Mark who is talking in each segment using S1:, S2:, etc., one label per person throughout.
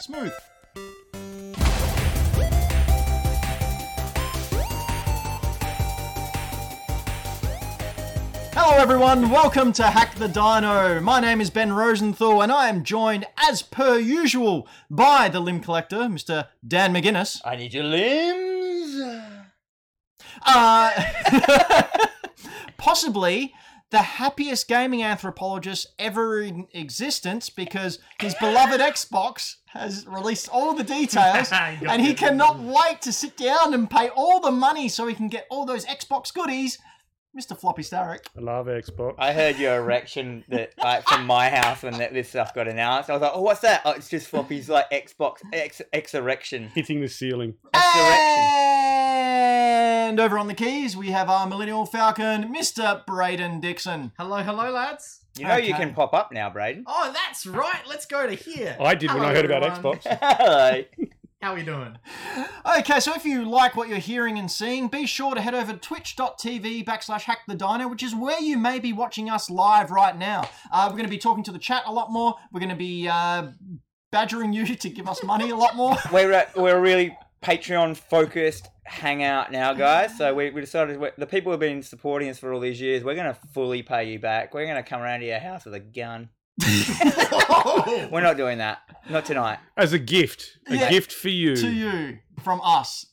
S1: Smooth. Hello, everyone. Welcome to Hack the Dino. My name is Ben Rosenthal, and I am joined, as per usual, by the limb collector, Mr. Dan McGuinness.
S2: I need your limbs.
S1: Uh, possibly the happiest gaming anthropologist ever in existence because his beloved Xbox has released all the details and he cannot wait to sit down and pay all the money so he can get all those Xbox goodies. Mr. Floppy Starrick.
S3: I love Xbox.
S2: I heard your erection that like, from my house when that, this stuff got announced. I was like, oh, what's that? Oh, it's just Floppy's like Xbox X X erection.
S3: Hitting the ceiling.
S1: And over on the keys, we have our Millennial Falcon, Mr. Braden Dixon.
S4: Hello, hello, lads.
S2: You know you
S1: Okay.
S2: can pop up now, Braden.
S4: Oh, that's right. Let's go to here.
S3: I did when
S1: Oh,
S4: Hello,
S3: I heard about
S4: everyone.
S3: Xbox.
S2: Hello.
S4: How we doing?
S1: Okay, so if you like what you're hearing and seeing, be sure to head over to twitch.tv backslash hack the dino, which is where you may be watching us live right now. Uh, we're going to be talking to the chat a lot more. We're going to be uh, badgering you to give us money a lot more.
S2: we're a, we're a really Patreon focused hangout now, guys. So we, we decided we the people who've been supporting us for all these years, we're gonna fully pay you back. We're gonna come around to your house with a gun.
S4: Oh,
S2: We're not doing that. Not tonight.
S3: As a gift. A
S1: Yeah.
S3: gift for you.
S1: to you from us,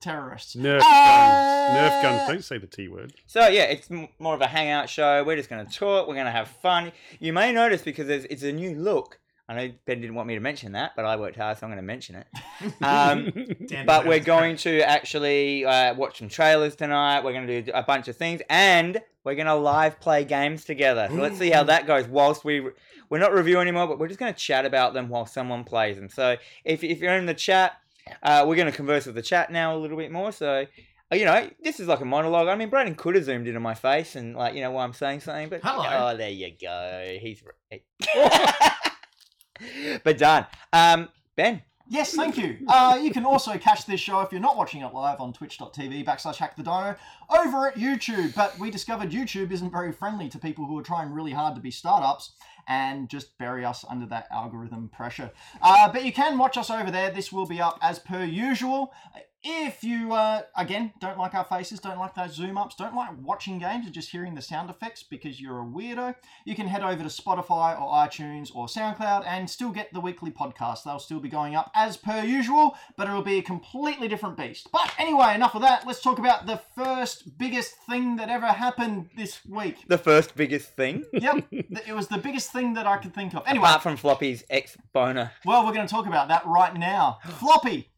S1: terrorists.
S3: Nerf guns.
S1: Ah!
S3: Nerf guns. Don't say the T word.
S2: So yeah, it's m- more of a hangout show. We're just going to talk. We're going to have fun. You may notice because there's, it's a new look. I know Ben didn't want me to mention that, but I worked hard, so I'm going to mention it. Um,
S4: Damn,
S2: but
S4: that
S2: we're
S4: was
S2: going to actually uh, watch some trailers tonight. We're going to do a bunch of things, and we're going to live play games together. So let's see how that goes. Whilst we we're not reviewing anymore, but we're just going to chat about them while someone plays them. So if if you're in the chat, uh, we're going to converse with the chat now a little bit more. So. uh, You know, this is like a monologue. I mean, Braden could have zoomed into my face and, like, you know, why I'm saying something, but
S4: Hello.
S2: oh, there you go. He's right. but done. Um, ben,
S1: Yes, thank you. Uh, you can also catch this show if you're not watching it live on twitch.tv backslash hack the dino over at YouTube. But we discovered YouTube isn't very friendly to people who are trying really hard to be startups and just bury us under that algorithm pressure. Uh, but you can watch us over there. This will be up as per usual. If you, uh, again, don't like our faces, don't like those zoom ups, don't like watching games or just hearing the sound effects because you're a weirdo, you can head over to Spotify or iTunes or SoundCloud and still get the weekly podcast. They'll still be going up as per usual, but it'll be a completely different beast. But anyway, enough of that. Let's talk about the first biggest thing that ever happened this week.
S2: the first biggest thing.
S1: Yep, th- it was the biggest thing that I could think of. Anyway,
S2: Apart from Floppy's ex boner.
S1: well, we're going to talk about that right now. Floppy,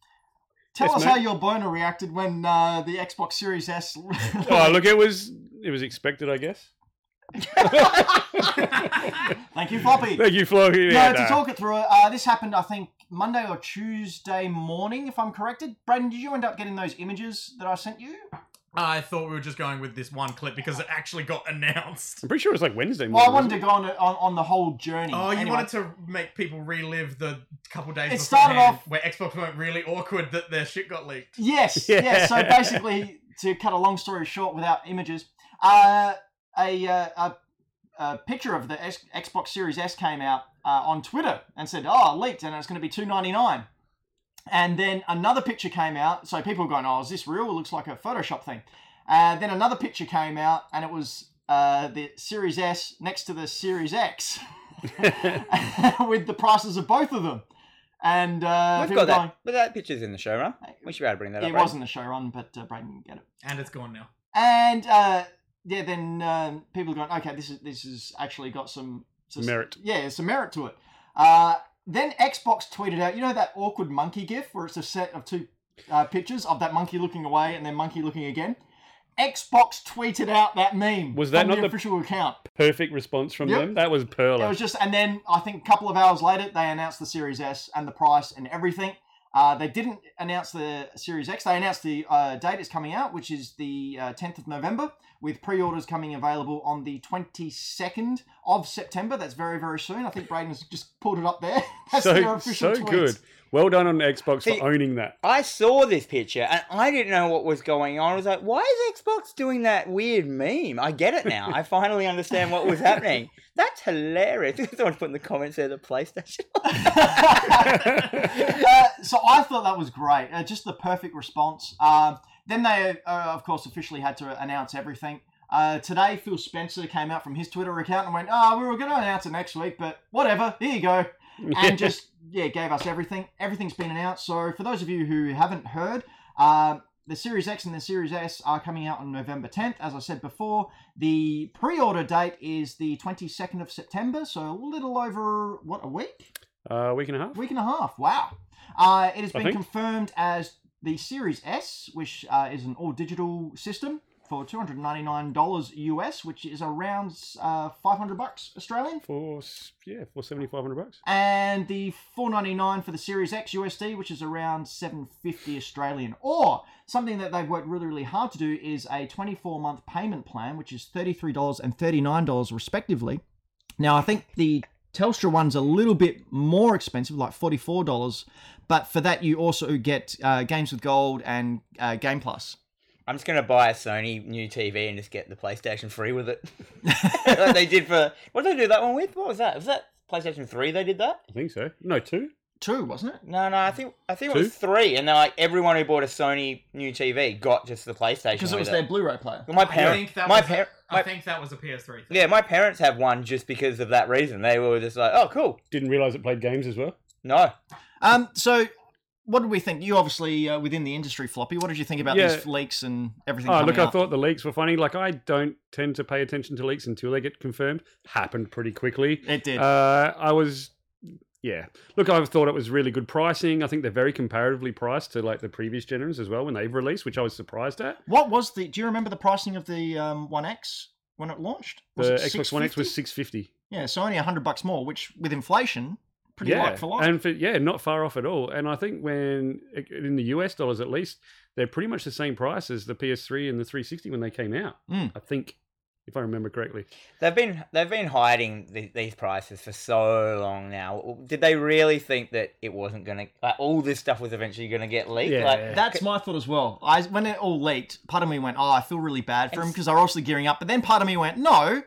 S1: tell
S3: Yes,
S1: us
S3: mate.
S1: how your boner reacted when uh, the Xbox Series S.
S3: Oh, look, it was it was expected, I guess.
S1: Thank you, Floppy.
S3: Thank you, Flo. No,
S1: No, to talk it through, uh, this happened, I think, Monday or Tuesday morning, if I'm corrected. Braden, did you end up getting those images that I sent you?
S4: I thought we were just going with this one clip because it actually got announced.
S3: I'm pretty sure it was like Wednesday morning.
S1: Well, I wanted
S3: wasn't
S1: to go on, on, on the whole journey.
S4: Oh, you
S1: Anyway.
S4: wanted to make people relive the couple days
S1: It
S4: beforehand
S1: started off-
S4: where Xbox weren't really awkward that their shit got leaked.
S1: Yes,
S3: Yeah.
S1: yes. So basically, to cut a long story short without images, uh, a, uh, a, a picture of the X- Xbox Series S came out uh, on Twitter and said, oh, leaked, and it's going to be two ninety nine. And then another picture came out, so people were going, oh, is this real? It looks like a Photoshop thing. Uh, then another picture came out, and it was uh, the Series S next to the Series X with the prices of both of them. And uh,
S2: We've
S1: people
S2: got
S1: were
S2: that. But that picture's in the show, right?
S1: going,
S2: We should be able to bring that up.
S1: it
S2: right?
S1: wasn't a show run, but uh, Braden didn't get it.
S4: And it's gone now.
S1: And uh, yeah, then um, people are going, okay, this is this has actually got some, some
S3: Merit.
S1: Yeah, some merit to it. Uh, then Xbox tweeted out, you know that awkward monkey GIF where it's a set of two uh, pictures of that monkey looking away and then monkey looking again. Xbox tweeted out that meme.
S3: Was that
S1: from
S3: not
S1: the
S3: the-
S1: official account?
S3: Perfect response from
S1: Yep.
S3: them. That was
S1: It
S3: Perla.
S1: was just, and then I think a couple of hours later, they announced the Series S and the price and everything. Uh, they didn't announce the Series X. They announced the uh, date it's coming out, which is the uh, 10th of November, with pre-orders coming available on the 22nd of September. That's very, very soon. I think Braden's just pulled it up there. That's their
S3: so
S1: official
S3: so
S1: tweets.
S3: good. Well done on Xbox
S2: Hey.
S3: for owning that.
S2: I saw this picture and I didn't know what was going on. I was like, why is Xbox doing that weird meme? I get it now. I finally understand what was happening. That's hilarious. Someone put in the comments there the PlayStation.
S1: uh, so I thought that was great. Uh, just the perfect response. Um, then they, uh, of course, officially had to announce everything. Uh, today, Phil Spencer came out from his Twitter account and went, "Ah, we were going to announce it next week, but whatever. Here you go." And just yeah, gave us everything. Everything's been announced. So for those of you who haven't heard, um, the Series X and the Series S are coming out on November 10th. As I said before, the pre-order date is the 22nd of September, so a little over what a week.
S3: Uh, week and a half.
S1: Week and a half. Wow. Uh, it has
S3: I
S1: been
S3: think.
S1: confirmed as the Series S, which uh, is an all digital system for two hundred ninety nine dollars US, which is around uh, five hundred bucks Australian.
S3: For s- yeah, for seventy five hundred bucks.
S1: And the four ninety nine for the Series X USD, which is around seven fifty Australian. Or something that they've worked really, really hard to do is a twenty four month payment plan, which is thirty three dollars and thirty nine dollars respectively. Now, I think the Telstra one's a little bit more expensive, like forty-four dollars, but for that you also get uh, games with gold and uh, Game Plus.
S2: I'm just gonna buy a Sony new TV and just get the PlayStation free with it. like they did for what did they do that one with? What was that? Was that PlayStation Three? They did that?
S3: I think so. No, two.
S1: Two, wasn't it?
S2: No, no, I think I think
S3: Two?
S2: it was three. And then like everyone who bought a Sony new TV got just the PlayStation
S1: Because it
S2: with
S1: was their Blu-ray player.
S2: My
S4: I
S2: parents,
S4: think that
S2: my
S4: was
S2: par-
S4: a,
S2: my-
S4: I think that was a PS3 thing.
S2: yeah, my parents have one just because of that reason. They were just like, oh, cool.
S3: Didn't realize it played games as well.
S2: No,
S1: Um, so. What did we think? You obviously uh, within the industry, floppy. What did you think about
S3: Yeah.
S1: these leaks and everything?
S3: Oh,
S1: coming
S3: look, I
S1: out?
S3: thought the leaks were funny. Like, I don't tend to pay attention to leaks until they get confirmed. Happened pretty quickly.
S1: it did.
S3: Uh, I was, yeah. Look, I thought it was really good pricing. I think they're very comparatively priced to like the previous generators as well when they've released, which I was surprised at.
S1: what was the? Do you remember the pricing of the um, One X when it launched? Was
S3: The
S1: it
S3: Xbox One X was
S1: $650?
S3: six fifty.
S1: yeah, so only hundred bucks more, which with inflation, pretty
S3: yeah,
S1: like for like.
S3: and for, yeah, not far off at all. And I think when in the US dollars at least, they're pretty much the same price as the PS3 and the 360 when they came out.
S1: Mm.
S3: I think, if I remember correctly.
S2: they've been they've been hiding th- these prices for so long now. Did they really think that it wasn't gonna like all this stuff was eventually gonna get leaked?
S3: Yeah.
S2: Like,
S1: That's my thought as well. I when it all leaked, part of me went, "Oh, I feel really bad for him because they're obviously gearing up." But then part of me went, "No,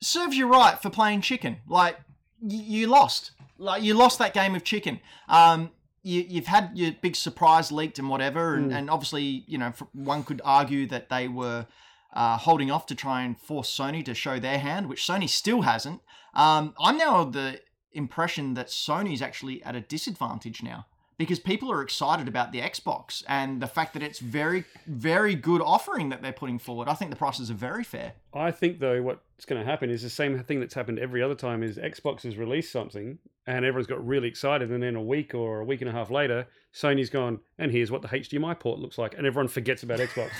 S1: serves you right for playing chicken. Like y- you lost, like you lost that game of chicken. Um, you, you've had your big surprise leaked and whatever, and, and obviously, you know, f- one could argue that they were." Uh, holding off to try and force Sony to show their hand, which Sony still hasn't. Um, I'm now of the impression that Sony's actually at a disadvantage now because people are excited about the Xbox and the fact that it's very, very good offering that they're putting forward. I think the prices are very fair.
S3: I think though what's going to happen is the same thing that's happened every other time is Xbox has released something and everyone's got really excited and then a week or a week and a half later Sony's gone and here's what the HDMI port looks like and everyone forgets about Xbox.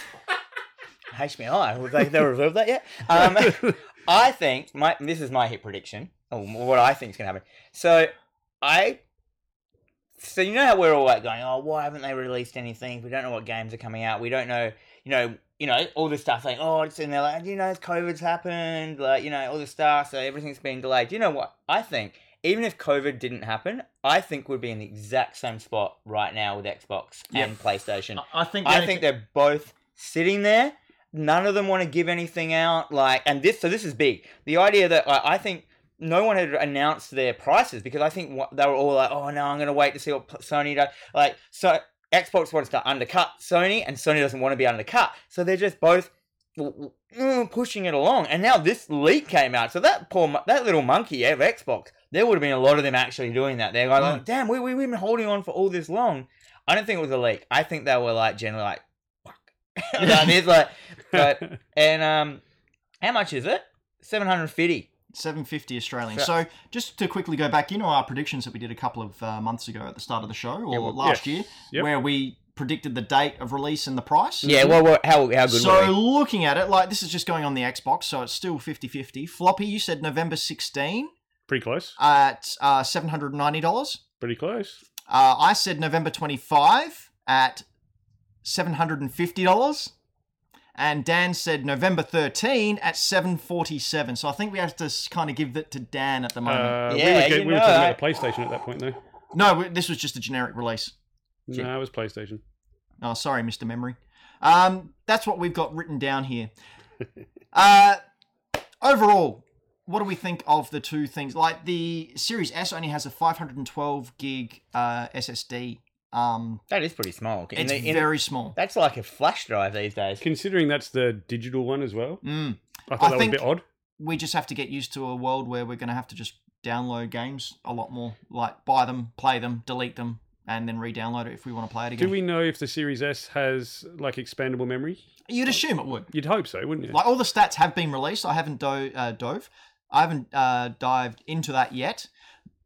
S2: HMI. Have they, they reserved that yet? Um, I think my this is my hit prediction. Or what I think is going to happen. So I. So you know how we're all like going, oh, why haven't they released anything? We don't know what games are coming out. We don't know, you know, you know, all this stuff. Like, oh, it's and they're like, you know, COVID's happened, like, you know, all this stuff. So everything's been delayed. Do you know what I think? Even if COVID didn't happen, I think we'd be in the exact same spot right now with Xbox and PlayStation.
S1: I think.
S2: I think they're both sitting there. None of them want to give anything out. Like, and this, so this is big. The idea that I I think no one had announced their prices because I think what, they were all like, oh no, I'm going to wait to see what P- Sony does. Like, so Xbox wants to undercut Sony, and Sony doesn't want to be undercut. So they're just both w- w- mm, pushing it along. And now this leak came out. So that poor, mon- that little monkey of Xbox, there would have been a lot of them actually doing that. They're like,
S1: Mm.
S2: damn, we, we, we've been holding on for all this long. I don't think it was a leak. I think they were like generally like, fuck. like, it's like, but, and um, how much is it? Seven hundred fifty.
S1: 750 Australian. So, just to quickly go back, you know our predictions that we did a couple of uh, months ago at the start of the show or
S3: well,
S1: last
S3: yes.
S1: year,
S3: Yep.
S1: where we predicted the date of release and the price.
S2: Yeah. Well, well, how how good?
S1: Mm-hmm. So,
S2: were we?
S1: looking at it, like this is just going on the Xbox, so it's still 50 50. Floppy, you said November 16
S3: pretty close.
S1: at uh, $790.
S3: Pretty close.
S1: Uh, I said November 25 at $750. And Dan said November 13 at 747. So I think we have to kind of give that to Dan at the moment.
S3: Uh, we
S2: Yeah,
S3: were, ge-
S2: you
S3: we were
S2: know
S3: talking
S2: that.
S3: about the PlayStation at that point though.
S1: No, we- this was just a generic release.
S2: Shit.
S3: No, it was PlayStation.
S1: Oh, sorry, Mr. Memory. Um, that's what we've got written down here. Uh, overall, what do we think of the two things? Like the Series S only has a 512 gig uh, SSD. Um,
S2: That is pretty small. In
S1: it's
S2: the- in-
S1: very small.
S2: that's like a flash drive these days.
S3: Considering that's the digital one as well,
S1: Mm.
S3: I
S1: I
S3: thought that
S1: think-
S3: was a bit odd.
S1: We just have to get used to a world where we're going to have to just download games a lot more. Like buy them, play them, delete them, and then re-download it if we want to play it again.
S3: Do we know if the Series S has like expandable memory?
S1: You'd assume it would.
S3: You'd hope so, wouldn't you?
S1: Like all the stats have been released. I haven't do- uh, dove. I haven't uh, dived into that yet.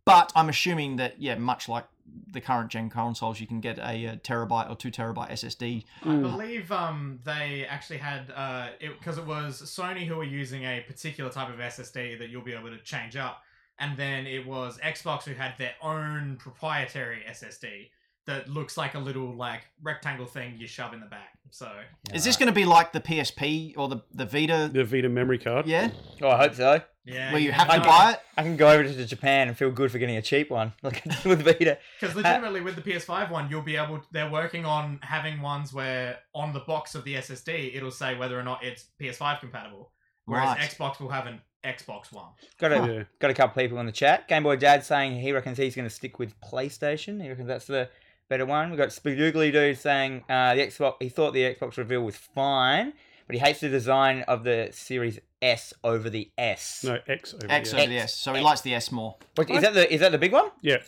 S1: But I'm assuming that yeah, much like the current gen consoles, you can get a, uh terabyte or two terabyte SSD.
S4: I
S3: Mm.
S4: believe um, they actually had uh, it because it was Sony who were using a particular type of SSD that you'll be able to change up, and then it was Xbox who had their own proprietary SSD that looks like a little like rectangle thing you shove in the back. So
S1: Is this going to be like the PSP or the the Vita?
S3: the Vita memory card.
S1: Yeah,
S2: Oh, I hope so.
S4: yeah,
S1: where you have
S2: I
S1: to
S2: can-
S1: buy it.
S2: I can go over to Japan and feel good for getting a cheap one, like I did with Vita.
S1: Uh,
S4: Because legitimately, with the PS5 one, you'll be able. They're working on having ones where on the box of the SSD, it'll say whether or not it's PS5 compatible. Whereas
S1: Right.
S4: Xbox will have an Xbox one.
S2: Got a
S3: Yeah.
S2: got a couple people in the chat. Game Boy Dad saying he reckons he's going to stick with PlayStation. He reckons that's the better one. We got Spoogly Dude saying uh, the Xbox. He thought the Xbox reveal was fine, but he hates the design of the Series S over the S.
S3: No, X over
S1: X
S3: the
S1: over
S3: S.
S1: the S. So he
S2: X.
S1: likes the S more.
S2: Wait, is that the is that the big one?
S3: Yeah,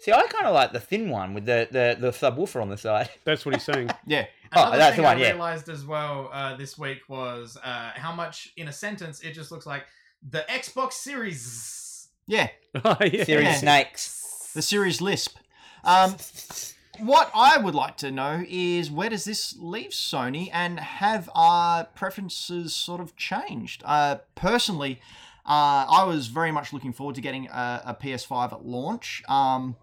S2: See, I kind of like the thin one with the, the, the subwoofer on the side.
S3: that's what he's saying.
S1: Yeah.
S2: Oh,
S4: Another
S2: that's
S4: thing
S2: the one,
S4: I
S2: yeah.
S4: realized as well uh, this week was uh, how much in a sentence it just looks like the Xbox Series.
S1: Yeah.
S3: oh, yeah.
S2: Series
S1: Yeah.
S2: snakes.
S1: The series Lisp. Um, what I would like to know is where does this leave Sony and have our preferences sort of changed? Uh, personally, uh, I was very much looking forward to getting a, a PS5 at launch. Um,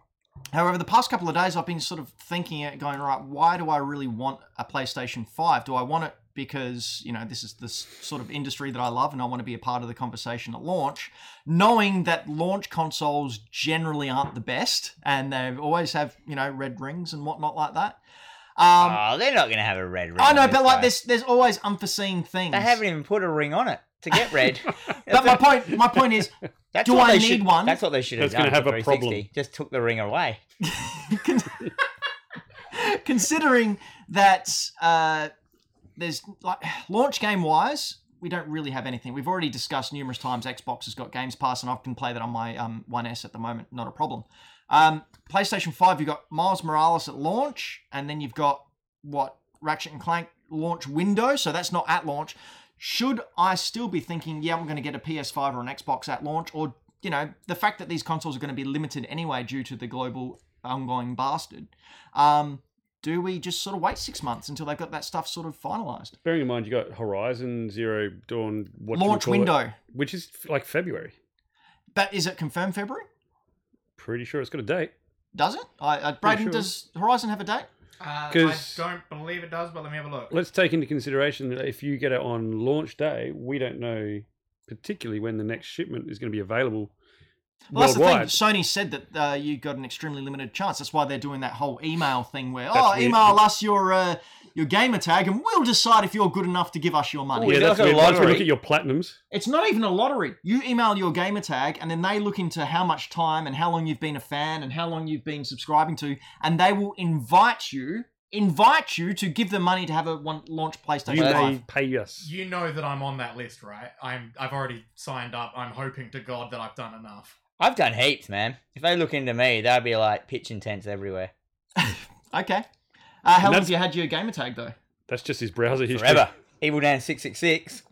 S1: However, the past couple of days I've been sort of thinking it, going right. Why do I really want a PlayStation Five? Do I want it because you know this is this sort of industry that I love and I want to be a part of the conversation at launch, knowing that launch consoles generally aren't the best and they always have you know red rings and whatnot like that. Um,
S2: oh, they're not going to have a red ring.
S1: I know,
S2: on
S1: but like
S2: guy.
S1: there's there's always unforeseen things.
S2: They haven't even put a ring on it to get red.
S1: But my point my point is
S2: That's
S1: Do
S2: what
S1: I
S2: they
S1: need
S2: should-
S1: one?
S2: That's what they should have
S3: That's gonna
S2: done. That's
S3: have a problem.
S2: Just took the ring away.
S1: Con- considering that uh, there's like launch game wise, we don't really have anything. We've already discussed numerous times. Xbox has got Games Pass, and I can play that on my um, 1S at the moment. Not a problem. Um, PlayStation 5, you've got Miles Morales at launch, and then you've got what Ratchet and Clank launch window. So that's not at launch. Should I still be thinking, yeah, I'm going to get a PS5 or an Xbox at launch, or you know, the fact that these consoles are going to be limited anyway due to the global ongoing bastard. Um, do we just sort of wait six months until they've got that stuff sort of finalized?
S3: Bearing in mind, you got Horizon Zero Dawn what do we
S1: Launch
S3: call it?
S1: window.
S3: which is f- like February.
S1: But is it confirmed February?
S3: Pretty sure it's got a date.
S1: Does it? I, I Braden,
S3: sure.
S1: does Horizon have a date?
S4: Uh, I
S3: 'Cause-
S4: don't believe it does, but let me have a look.
S3: Let's take into consideration that if you get it on launch day, we don't know particularly when the next shipment is going to be available
S1: Well, that's the thing.
S3: worldwide.
S1: Sony said that uh, you got an extremely limited chance. That's why they're doing that whole email thing where,
S3: That's
S1: oh,
S3: weird.
S1: email us your uh, your gamer tag and we'll decide if you're good enough to give us your money.
S2: Ooh,
S3: yeah,
S2: Oh, it's
S3: that's
S2: like a
S3: weird. Once we
S2: lottery.
S3: look at your platinums,
S1: It's not even a lottery. You email your gamer tag and then they look into how much time and how long you've been a fan and how long you've been subscribing to, and they will invite you, invite you to give them money to have a one launch PlayStation
S3: you
S2: Well,
S3: may
S1: Five.
S3: pay us.
S4: You know that I'm on that list, right? I'm. I've already signed up. I'm hoping to God that I've done enough.
S2: I've done heaps, man. If they look into me, they'll be like pitching tents everywhere.
S1: Okay. Uh, how long
S3: that's-
S1: have you had your gamer tag though?
S3: That's just his browser history.
S2: Forever. Evil Dan 666.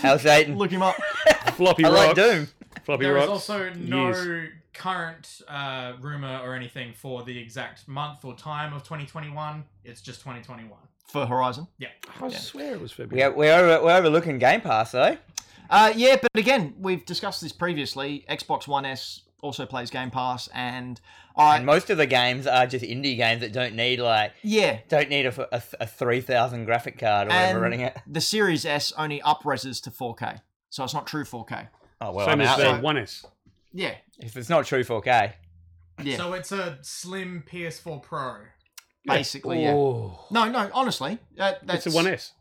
S2: How's Satan?
S1: Look him up.
S3: Floppy
S2: I like
S3: rocks.
S2: Doom.
S3: Floppy
S4: There is
S3: rocks.
S4: also no
S3: years.
S4: current uh, rumor or anything for the exact month or time of 2021. It's just 2021.
S1: For Horizon.
S3: I swear it was February.
S2: We're, we're, over, we're overlooking Game Pass, though.
S1: Uh, yeah, but again, we've discussed this previously. Xbox One S also plays Game Pass, and I
S2: And most of the games are just indie games that don't need, like,
S1: yeah,
S2: don't need a, a, a 3000 graphic card or whatever
S1: And-
S2: running it.
S1: the Series S only upreses to 4K, so it's not true 4K.
S2: Oh, well,
S3: Same
S2: I'm
S3: as
S2: out
S3: the
S2: there.
S1: there.
S3: One S.
S1: Yeah,
S2: If it's not true 4K.
S1: Yeah.
S4: So it's a slim PS4 Pro.
S1: basically. Yeah.
S3: Oh.
S1: No, no. Honestly, that, that's
S3: It's a 1S.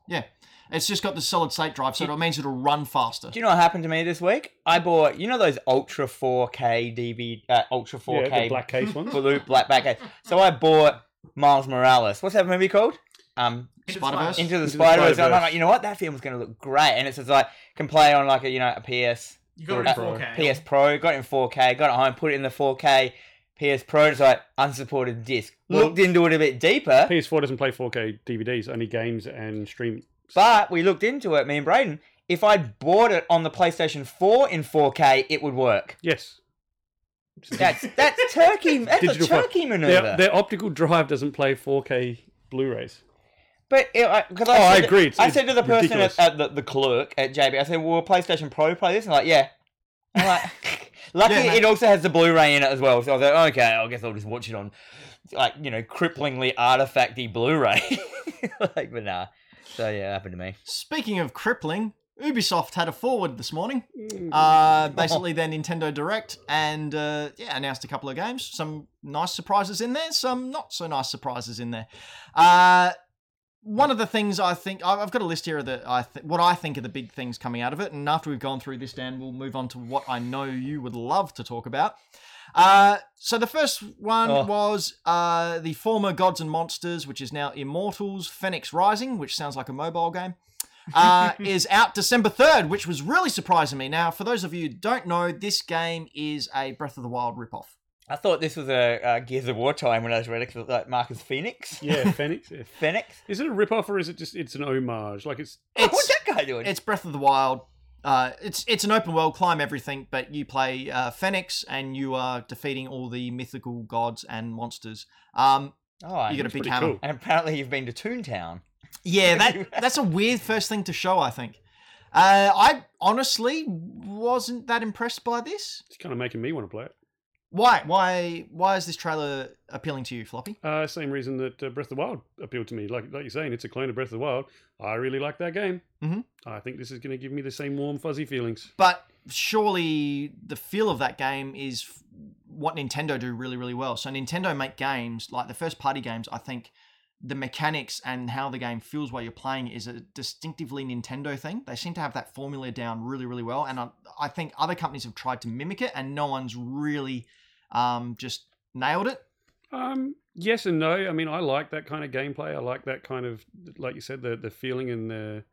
S1: It's just got the solid state drive, so it means it'll run faster.
S2: Do you know what happened to me this week? I bought, you know, those Ultra 4K DB, uh, Ultra 4K
S3: Yeah, the black case one.
S2: blue black back case. So I bought Miles Morales. What's that movie called? Um,
S4: Into
S1: Spider-Verse?
S2: Into the
S3: Into the
S2: Spider Verse. I'm
S3: Spider-Verse.
S2: like, you know what? That film's going to look great, and it's just like can play on like a you know a PS
S4: You got it
S2: Uh,
S4: in 4K.
S2: PS Pro. Got it in 4K. Got it home. Put it in the 4K PS Pro. It's like unsupported disc.
S3: Well-
S2: Looked into it a bit deeper,
S3: PS4 doesn't play 4K DVDs, only games and stream.
S2: but we looked into it. Me and Braden. If I'd bought it on the PlayStation 4 in 4K, it would work.
S3: Yes.
S2: That's that's turkey. That's
S3: Digital
S2: a
S3: file.
S2: turkey maneuver.
S3: Their, their optical drive doesn't play 4K Blu-rays.
S2: But it, I, cause I
S3: Oh, I
S2: said-
S3: agree, it's-
S2: I
S3: it's
S2: said to the person at,
S3: ridiculous.
S2: at the, the clerk at JB, I said, "Will PlayStation Pro play this?" And like, yeah. I'm like, lucky
S1: Yeah, mate.
S2: it also has the Blu-ray in it as well. So I was like, okay, I guess I'll just watch it on, like you know, cripplingly artifacty Blu-ray. like, but nah. So yeah, it happened to me.
S1: Speaking of crippling, Ubisoft had a forward this morning.
S3: Mm-hmm.
S2: Ah.
S1: Uh, basically, their Nintendo Direct, and uh, yeah, announced a couple of games. Some nice surprises in there, some not so nice surprises in there. Uh, one of the things I think I- I've got a list here of the I th- what I think are the big things coming out of it, and after we've gone through this, Dan, we'll move on to what I know you would love to talk about. Uh, so the first one
S2: Oh.
S1: was uh, the former Gods and Monsters, which is now Immortals: Phoenix Rising, which sounds like a mobile game uh, is out December 3rd, which was really surprising me. Now, for those of you who don't know, this game is a Breath of the Wild ripoff.
S2: I thought this was a uh, Gears of War time when I was reading it, 'cause it was like Marcus Phoenix.
S3: Yeah, Phoenix. yeah.
S2: Phoenix.
S3: Is it a rip-off or is it just it's an homage? Like it's
S2: What's
S1: It's,
S2: that guy doing?
S1: it's Breath of the Wild. Uh, it's it's an open world, climb everything, but you play uh, Phoenix and you are defeating all the mythical gods and monsters. Um,
S2: oh, I-
S1: you got a big
S3: pretty
S1: hammer.
S3: cool.
S2: and apparently you've been to Toontown.
S1: Yeah, that that's a weird first thing to show. I think. Uh, I honestly wasn't that impressed by this.
S3: it's kind of making me want to play it.
S1: Why? Why? Why is this trailer appealing to you, Floppy?
S3: Uh, same reason that uh, Breath of the Wild appealed to me. Like like you're saying, it's a clone of Breath of the Wild. I really like that game.
S2: Mm-hmm.
S1: Mhm.
S3: I think this is going to give me the same warm fuzzy feelings.
S1: but surely the feel of that game is f- what Nintendo do really really well. So Nintendo make games like the first party games. I think the mechanics and how the game feels while you're playing is a distinctively Nintendo thing. They seem to have that formula down really really well, and I, I think other companies have tried to mimic it, and no one's really um, just nailed it.
S3: Um, yes and no. I mean, I like that kind of gameplay. I like that kind of like you said the the feeling and the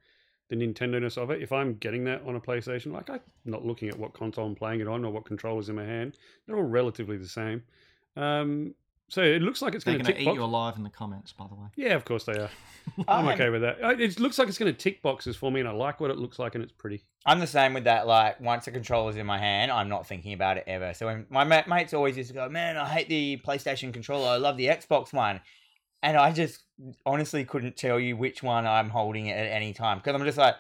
S3: the Nintendo-ness of it. If I'm getting that on a PlayStation, like I'm not looking at what console I'm playing it on or what controllers in my hand. They're all relatively the same. Um, so it looks like it's
S1: They're
S3: going
S1: going
S3: to
S1: to
S3: tick
S1: eat
S3: box-
S1: you alive in the comments, by the way.
S3: Yeah, of course they are. I'm
S2: I'm-
S3: okay with that. Uh, It looks like it's going to tick boxes for me, and I like what it looks like, and it's pretty.
S2: I'm the same with that. Like once the controller's in my hand, I'm not thinking about it ever. So when my ma- mates always used to go, "Man, I hate the PlayStation controller. I love the Xbox one," and I just honestly couldn't tell you which one I'm holding at any time because I'm just like,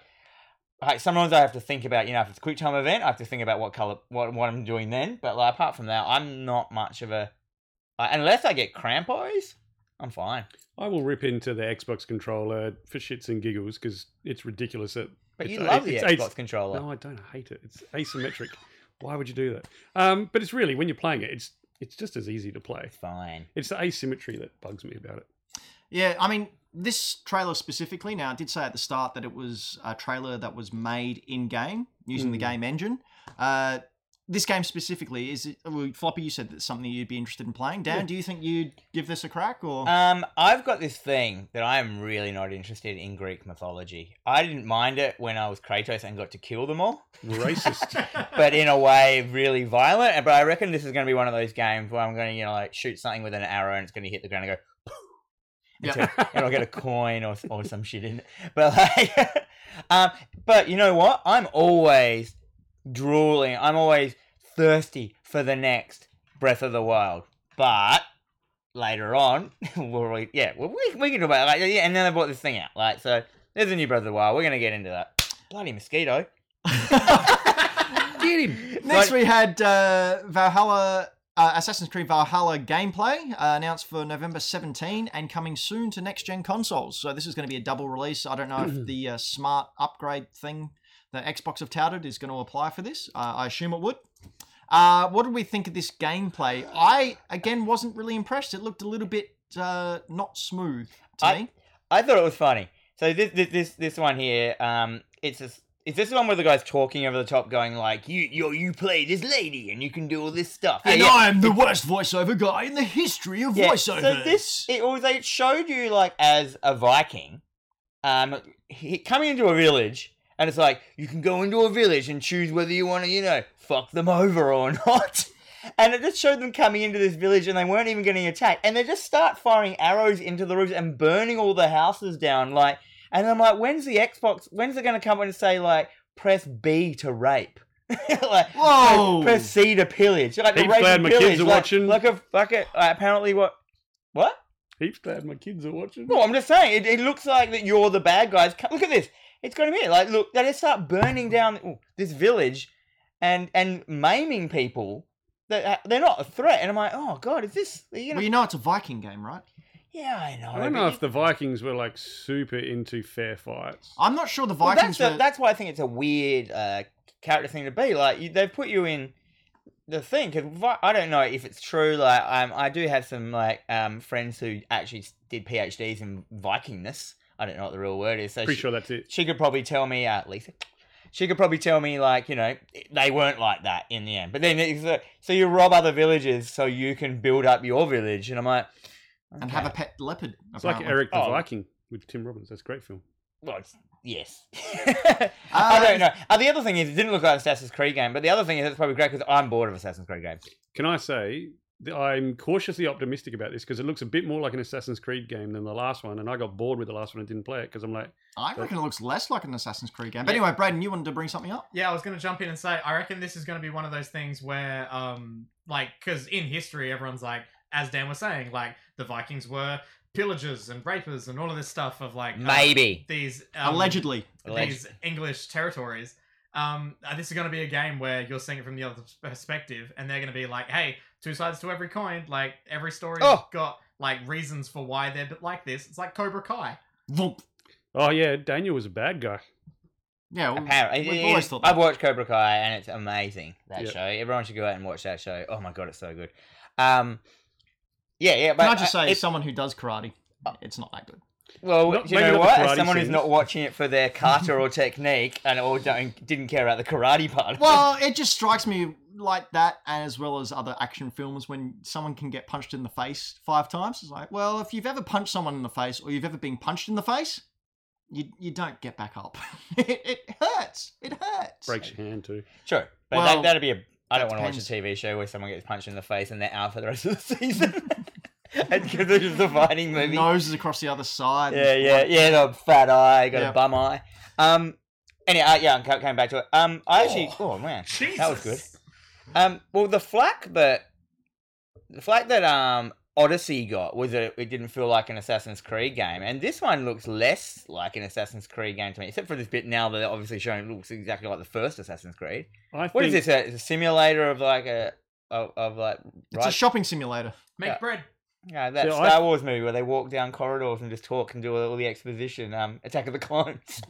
S2: like sometimes I have to think about you know if it's a quick time event, I have to think about what color what what I'm doing then. But like apart from that, I'm not much of a like, unless I get crampos, I'm fine.
S3: I will rip into the Xbox controller for shits and giggles because it's ridiculous. That
S2: But you
S3: it's a-
S2: love the
S3: it's
S2: Xbox
S3: as-
S2: controller.
S3: No, I don't. I hate it. It's asymmetric. Why would you do that? Um, but it's really when you're playing it, it's it's just as easy to play.
S2: It's fine.
S3: It's the asymmetry that bugs me about it.
S1: Yeah, I mean, this trailer specifically, now, I did say at the start that it was a trailer that was made in game using the
S3: Mm.
S1: game engine. Uh, this game specifically is it, well, floppy. You said that's something you'd be interested in playing. Dan,
S3: Yeah.
S1: do you think you'd give this a crack or?
S2: Um, I've got this thing that I am really not interested in Greek mythology. I didn't mind it when I was Kratos and got to kill them all,
S3: Racist.
S2: but in a way, really violent. And- But I reckon this is going to be one of those games where I'm going to, you know, like shoot something with an arrow and it's going to hit the ground and go,
S1: yeah.
S2: and I'll get a coin or, or some shit in it. But like, um, but you know what? I'm always drooling. I'm always thirsty for the next Breath of the Wild. But later on, we'll re- yeah, well, we, we can talk about it. Like, yeah, and then they brought this thing out. Like, so there's a new Breath of the Wild. We're gonna get into that. Bloody mosquito.
S3: Get him.
S1: Next,
S2: Like-
S1: we had uh, Valhalla, uh, Assassin's Creed Valhalla gameplay uh, announced for November 17 and coming soon to next gen consoles. So, this is going to be a double release. I don't know
S2: Hmm.
S1: if the uh, smart upgrade thing that Xbox have touted is going to apply for this. Uh, I assume it would. Uh, what did we think of this gameplay? I again wasn't really impressed. It looked a little bit uh, not smooth to
S2: I-
S1: me.
S2: I thought it was funny. So this this this, this one here, um, it's this. Is this the one where the guy's talking over the top, going like, "You, you, you play this lady, and you can do all this stuff."
S1: And
S2: yeah.
S1: I'm the worst voiceover guy in the history of
S2: Yeah,
S1: voiceovers.
S2: So this it was they showed you like as a Viking, um, he, coming into a village, and it's like you can go into a village and choose whether you want to, you know, fuck them over or not. And it just showed them coming into this village, and they weren't even getting attacked, and they just start firing arrows into the roofs and burning all the houses down. Like, and I'm like, when's the Xbox? When's it going to come and say like press B to rape? like,
S3: Oh.
S1: Whoa.
S2: Press C to pillage. Like, the
S3: Heaps
S2: rape
S3: glad
S2: and
S3: my kids
S2: pillage,
S3: are
S2: like-
S3: watching.
S2: Like a fucking. Uh, apparently, what? What?
S3: Heaps glad my kids are watching.
S2: No, I'm just saying. It, it looks like that you're the bad guys. Co- Look at this. It's got him here. Like, look, they just start burning down ooh, this village, and and maiming people. That uh, they're not a threat. And I'm like, oh god, is this? Are you
S1: well,
S2: gonna...
S1: you know it's a Viking game, right?
S2: Yeah, I know.
S3: I don't
S2: but
S3: know
S2: you-
S3: if the Vikings were like super into fair fights.
S1: I'm not sure the
S2: Well,
S1: Vikings
S2: that's,
S1: were.
S2: the, that's why I think it's a weird uh, character thing to be. Like you, they put you in the thing because I don't know if it's true. Like um, I do have some like um, friends who actually s- did PhDs in Vikingness. I don't know what the real word is. So
S3: Pretty
S2: she,
S3: sure that's it.
S2: she could probably tell me, uh, Lisa. She could probably tell me like you know they weren't like that in the end. But then it's uh, so you rob other villages so you can build up your village, and I'm like,
S1: and have a pet leopard.
S3: It's like
S1: apparently.
S3: Eric the
S2: Oh.
S3: Viking with Tim Robbins. That's a great film.
S2: Well, it's- yes. I
S1: Um,
S2: don't know. Uh, the other thing is, it didn't look like an Assassin's Creed game, but the other thing is, it's probably great because I'm bored of Assassin's Creed games.
S3: Can I say that I'm cautiously optimistic about this because it looks a bit more like an Assassin's Creed game than the last one, and I got bored with the last one and didn't play it because I'm like,
S1: I reckon it looks less like an Assassin's Creed game. But
S4: Yeah.
S1: anyway, Braden, you wanted to bring something up?
S4: Yeah, I was going to jump in and say, I reckon this is going to be one of those things where, um, like, because in history, everyone's like, as Dan was saying, like, the Vikings were pillagers and rapers and all of this stuff of, like, uh,
S2: Maybe.
S4: these um,
S1: Allegedly.
S2: Alleged.
S4: these English territories. Um, uh, this is going to be a game where you're seeing it from the other perspective, and they're going to be like, "Hey, two sides to every coin. Like every story's
S2: Oh.
S4: got like reasons for why they're like this. It's like Cobra Kai.
S1: Vump.
S3: oh yeah, Daniel was a bad guy.
S1: Yeah. Well,
S2: Apparently,
S1: we've
S2: it
S1: always
S2: is-
S1: thought that.
S2: I've watched Cobra Kai and it's amazing that
S3: Yep.
S2: show. Everyone should go out and watch that show. Oh my god, it's so good. Um, yeah, yeah. But
S1: Can I just
S2: uh,
S1: say,
S2: it's-
S1: someone who does karate, it's not that good.
S2: well,
S3: Not-
S2: do you
S3: maybe
S2: know
S3: not the
S2: what? As
S3: karate
S2: someone who's
S3: scenes.
S2: not watching it for their kata or technique and all don't didn't care about the karate part. of it.
S1: Well, it just strikes me like that, as well as other action films, when someone can get punched in the face five times. It's like, well, if you've ever punched someone in the face or you've ever been punched in the face, you, you don't get back up. it, it hurts. It hurts.
S3: Breaks your hand too.
S2: Sure, but
S1: Well,
S2: that, that'd be a. I don't
S1: that
S2: want to watch a
S1: depends.
S2: TV show where someone gets punched in the face and they're out for the rest of the season. Because they're just a fighting movie.
S1: Noses across the other side.
S2: yeah, yeah, yeah. Got a fat eye, got
S1: Yeah.
S2: a bum eye. Um. Anyway, uh, yeah, I'm ca- coming back to it. Um, I actually. Oh, man, that was good. Um. Well, the flack that the flack that um Odyssey got was that it, it didn't feel like an Assassin's Creed game, and this one looks less like an Assassin's Creed game to me, except for this bit now that they're obviously showing it looks exactly like the first Assassin's Creed.
S3: I
S2: What
S3: think
S2: is this? A, it's a simulator of like a of, of like
S1: It's a
S2: right?
S1: shopping simulator.
S4: Make
S2: Yeah.
S4: bread.
S2: yeah, that
S3: Yeah, I-
S2: Star Wars movie where they walk down corridors and just talk and do all the exposition. Um, Attack of the Clones.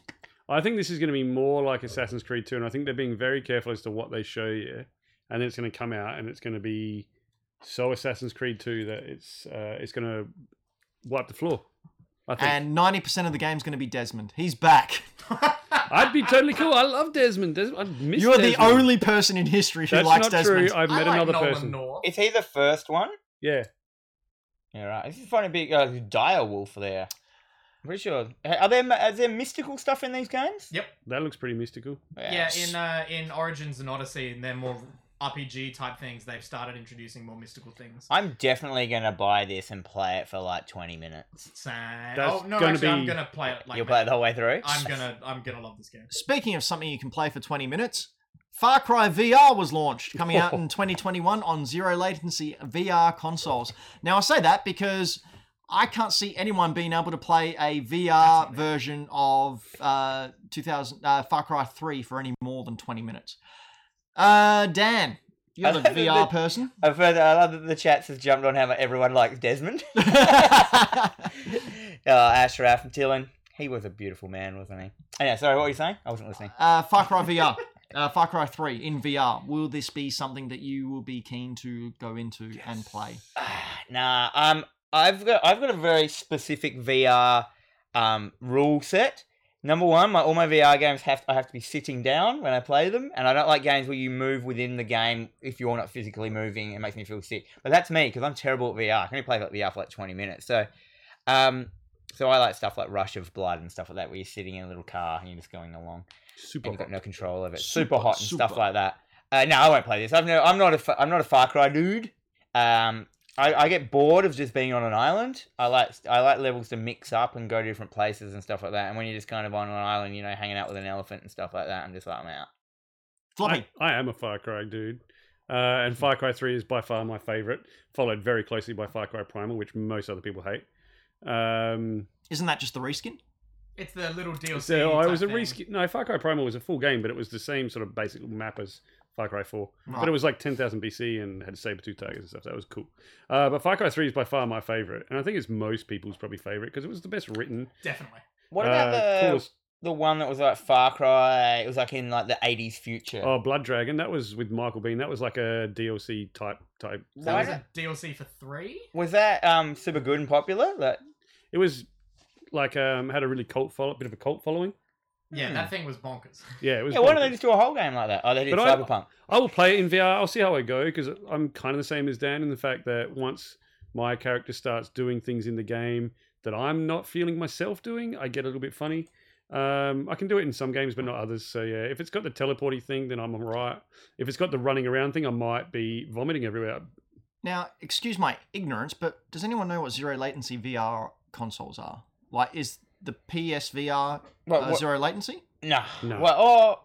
S3: I think this is going to be more like Assassin's Creed 2, and I think they're being very careful as to what they show you. And then it's going to come out, and it's going to be so Assassin's Creed 2 that it's uh, it's going to wipe the floor. I think.
S1: And 90% of the game's going to be Desmond. He's back.
S3: I'd be totally cool. I love Desmond. Desmond I miss
S1: You're the
S3: Desmond.
S1: only person in history who
S3: That's
S1: likes
S3: not
S1: Desmond.
S3: true. I've
S4: I
S3: met
S4: like
S3: another
S4: Nolan
S3: person.
S4: North.
S2: Is he the first one?
S3: Yeah,
S2: Yeah, right. This is funny. Big uh, dire wolf there. I'm pretty sure. Are there is there mystical stuff in these games?
S3: that looks pretty mystical.
S4: Yeah, in uh, in Origins and Odyssey, and their more RPG type things, they've started introducing more mystical things.
S2: I'm definitely gonna buy this and play it for like 20 minutes.
S4: Sa-
S3: That's
S4: oh no,
S3: gonna
S4: actually, I'm
S3: be-
S4: gonna play it. Like
S2: You'll play it the whole way through.
S4: I'm gonna I'm gonna love this game.
S1: Speaking of something you can play for 20 minutes, Far Cry VR was launched, coming out
S3: Oh.
S1: in 2021 on zero latency VR consoles. Now, I say that because I can't see anyone being able to play a VR version of uh, 2000, uh, Far Cry 3 for any more than 20 minutes. Uh, Dan, you're the
S2: I love that
S1: VR
S2: the-
S1: person.
S2: I've heard. I love that the chats has jumped on how much everyone likes Desmond. uh, Ashraf Tillen. He was a beautiful man, wasn't he? Anyway, sorry, what were you saying? I wasn't listening.
S1: Uh, Far Cry VR. Uh, Far Cry 3 in VR. Will this be something that you will be keen to go into and play?
S2: nah, um, I've got I've got a very specific VR um rule set. Number one, my all my VR games have I have to be sitting down when I play them, and I don't like games where you move within the game if you're not physically moving. It makes me feel sick. But that's me because I'm terrible at VR. I can only play like VR for like 20 minutes. So, um, so I like stuff like Rush of Blood and stuff like that, where you're sitting in a little car and you're just going along
S3: Super.
S2: and you've got
S3: hot.
S2: no control of it.
S1: Super,
S2: Super, hot and stuff
S1: super.
S2: like that. Uh, no, I won't play this. I've no, I'm not a, fa- I'm not a Far Cry dude. Um, I, I get bored of just being on an island. I like, I like levels to mix up and go to different places and stuff like that. And when you're just kind of on an island, you know, hanging out with an elephant and stuff like that, I'm just like, I'm out.
S1: Floppy.
S3: I, I am a Far Cry dude. Uh, and Far Cry 3 is by far my favorite, followed very closely by Far Cry Primal, which most other people hate. Um,
S1: Isn't that just the reskin?
S4: It's the little DLC.
S3: so I
S4: type
S3: was a
S4: thing.
S3: reskin. No, Far Cry Primal was a full game, but it was the same sort of basic map as Far Cry 4. But
S1: Right.
S3: it was like 10,000 BC and had saber tooth tigers and stuff. That was cool. Uh, but Far Cry 3 is by far my favorite. And I think it's most people's probably favorite because it was the best written.
S4: Definitely.
S2: What about
S3: uh,
S2: the
S3: coolest-
S2: the one that was like Far Cry? It was like in like the 80s future.
S3: Oh, Blood Dragon. That was with Michael Bean. That was like a DLC type type.
S4: That
S2: Why
S4: was
S2: not-
S4: a DLC for three.
S2: was that um super good and popular? Like,
S3: It was like um had a really cult follow, bit of a cult following.
S4: Yeah,
S2: Hmm.
S4: that thing was bonkers.
S3: Yeah, it was.
S2: yeah, why don't they
S3: bonkers.
S2: just do a whole game like that? Oh, they did
S3: But I-
S2: Cyberpunk.
S3: I will play it in VR. I'll see how I go because I'm kind of the same as Dan in the fact that once my character starts doing things in the game that I'm not feeling myself doing, I get a little bit funny. Um, I can do it in some games, but not others. So yeah, if it's got the teleporty thing, then I'm alright. If it's got the running around thing, I might be vomiting everywhere.
S1: Now, excuse my ignorance, but does anyone know what zero latency VR consoles are? Like, is the PSVR
S2: What-
S1: uh,
S2: what- oh,
S1: zero latency?
S2: No.
S3: No.
S2: Well, or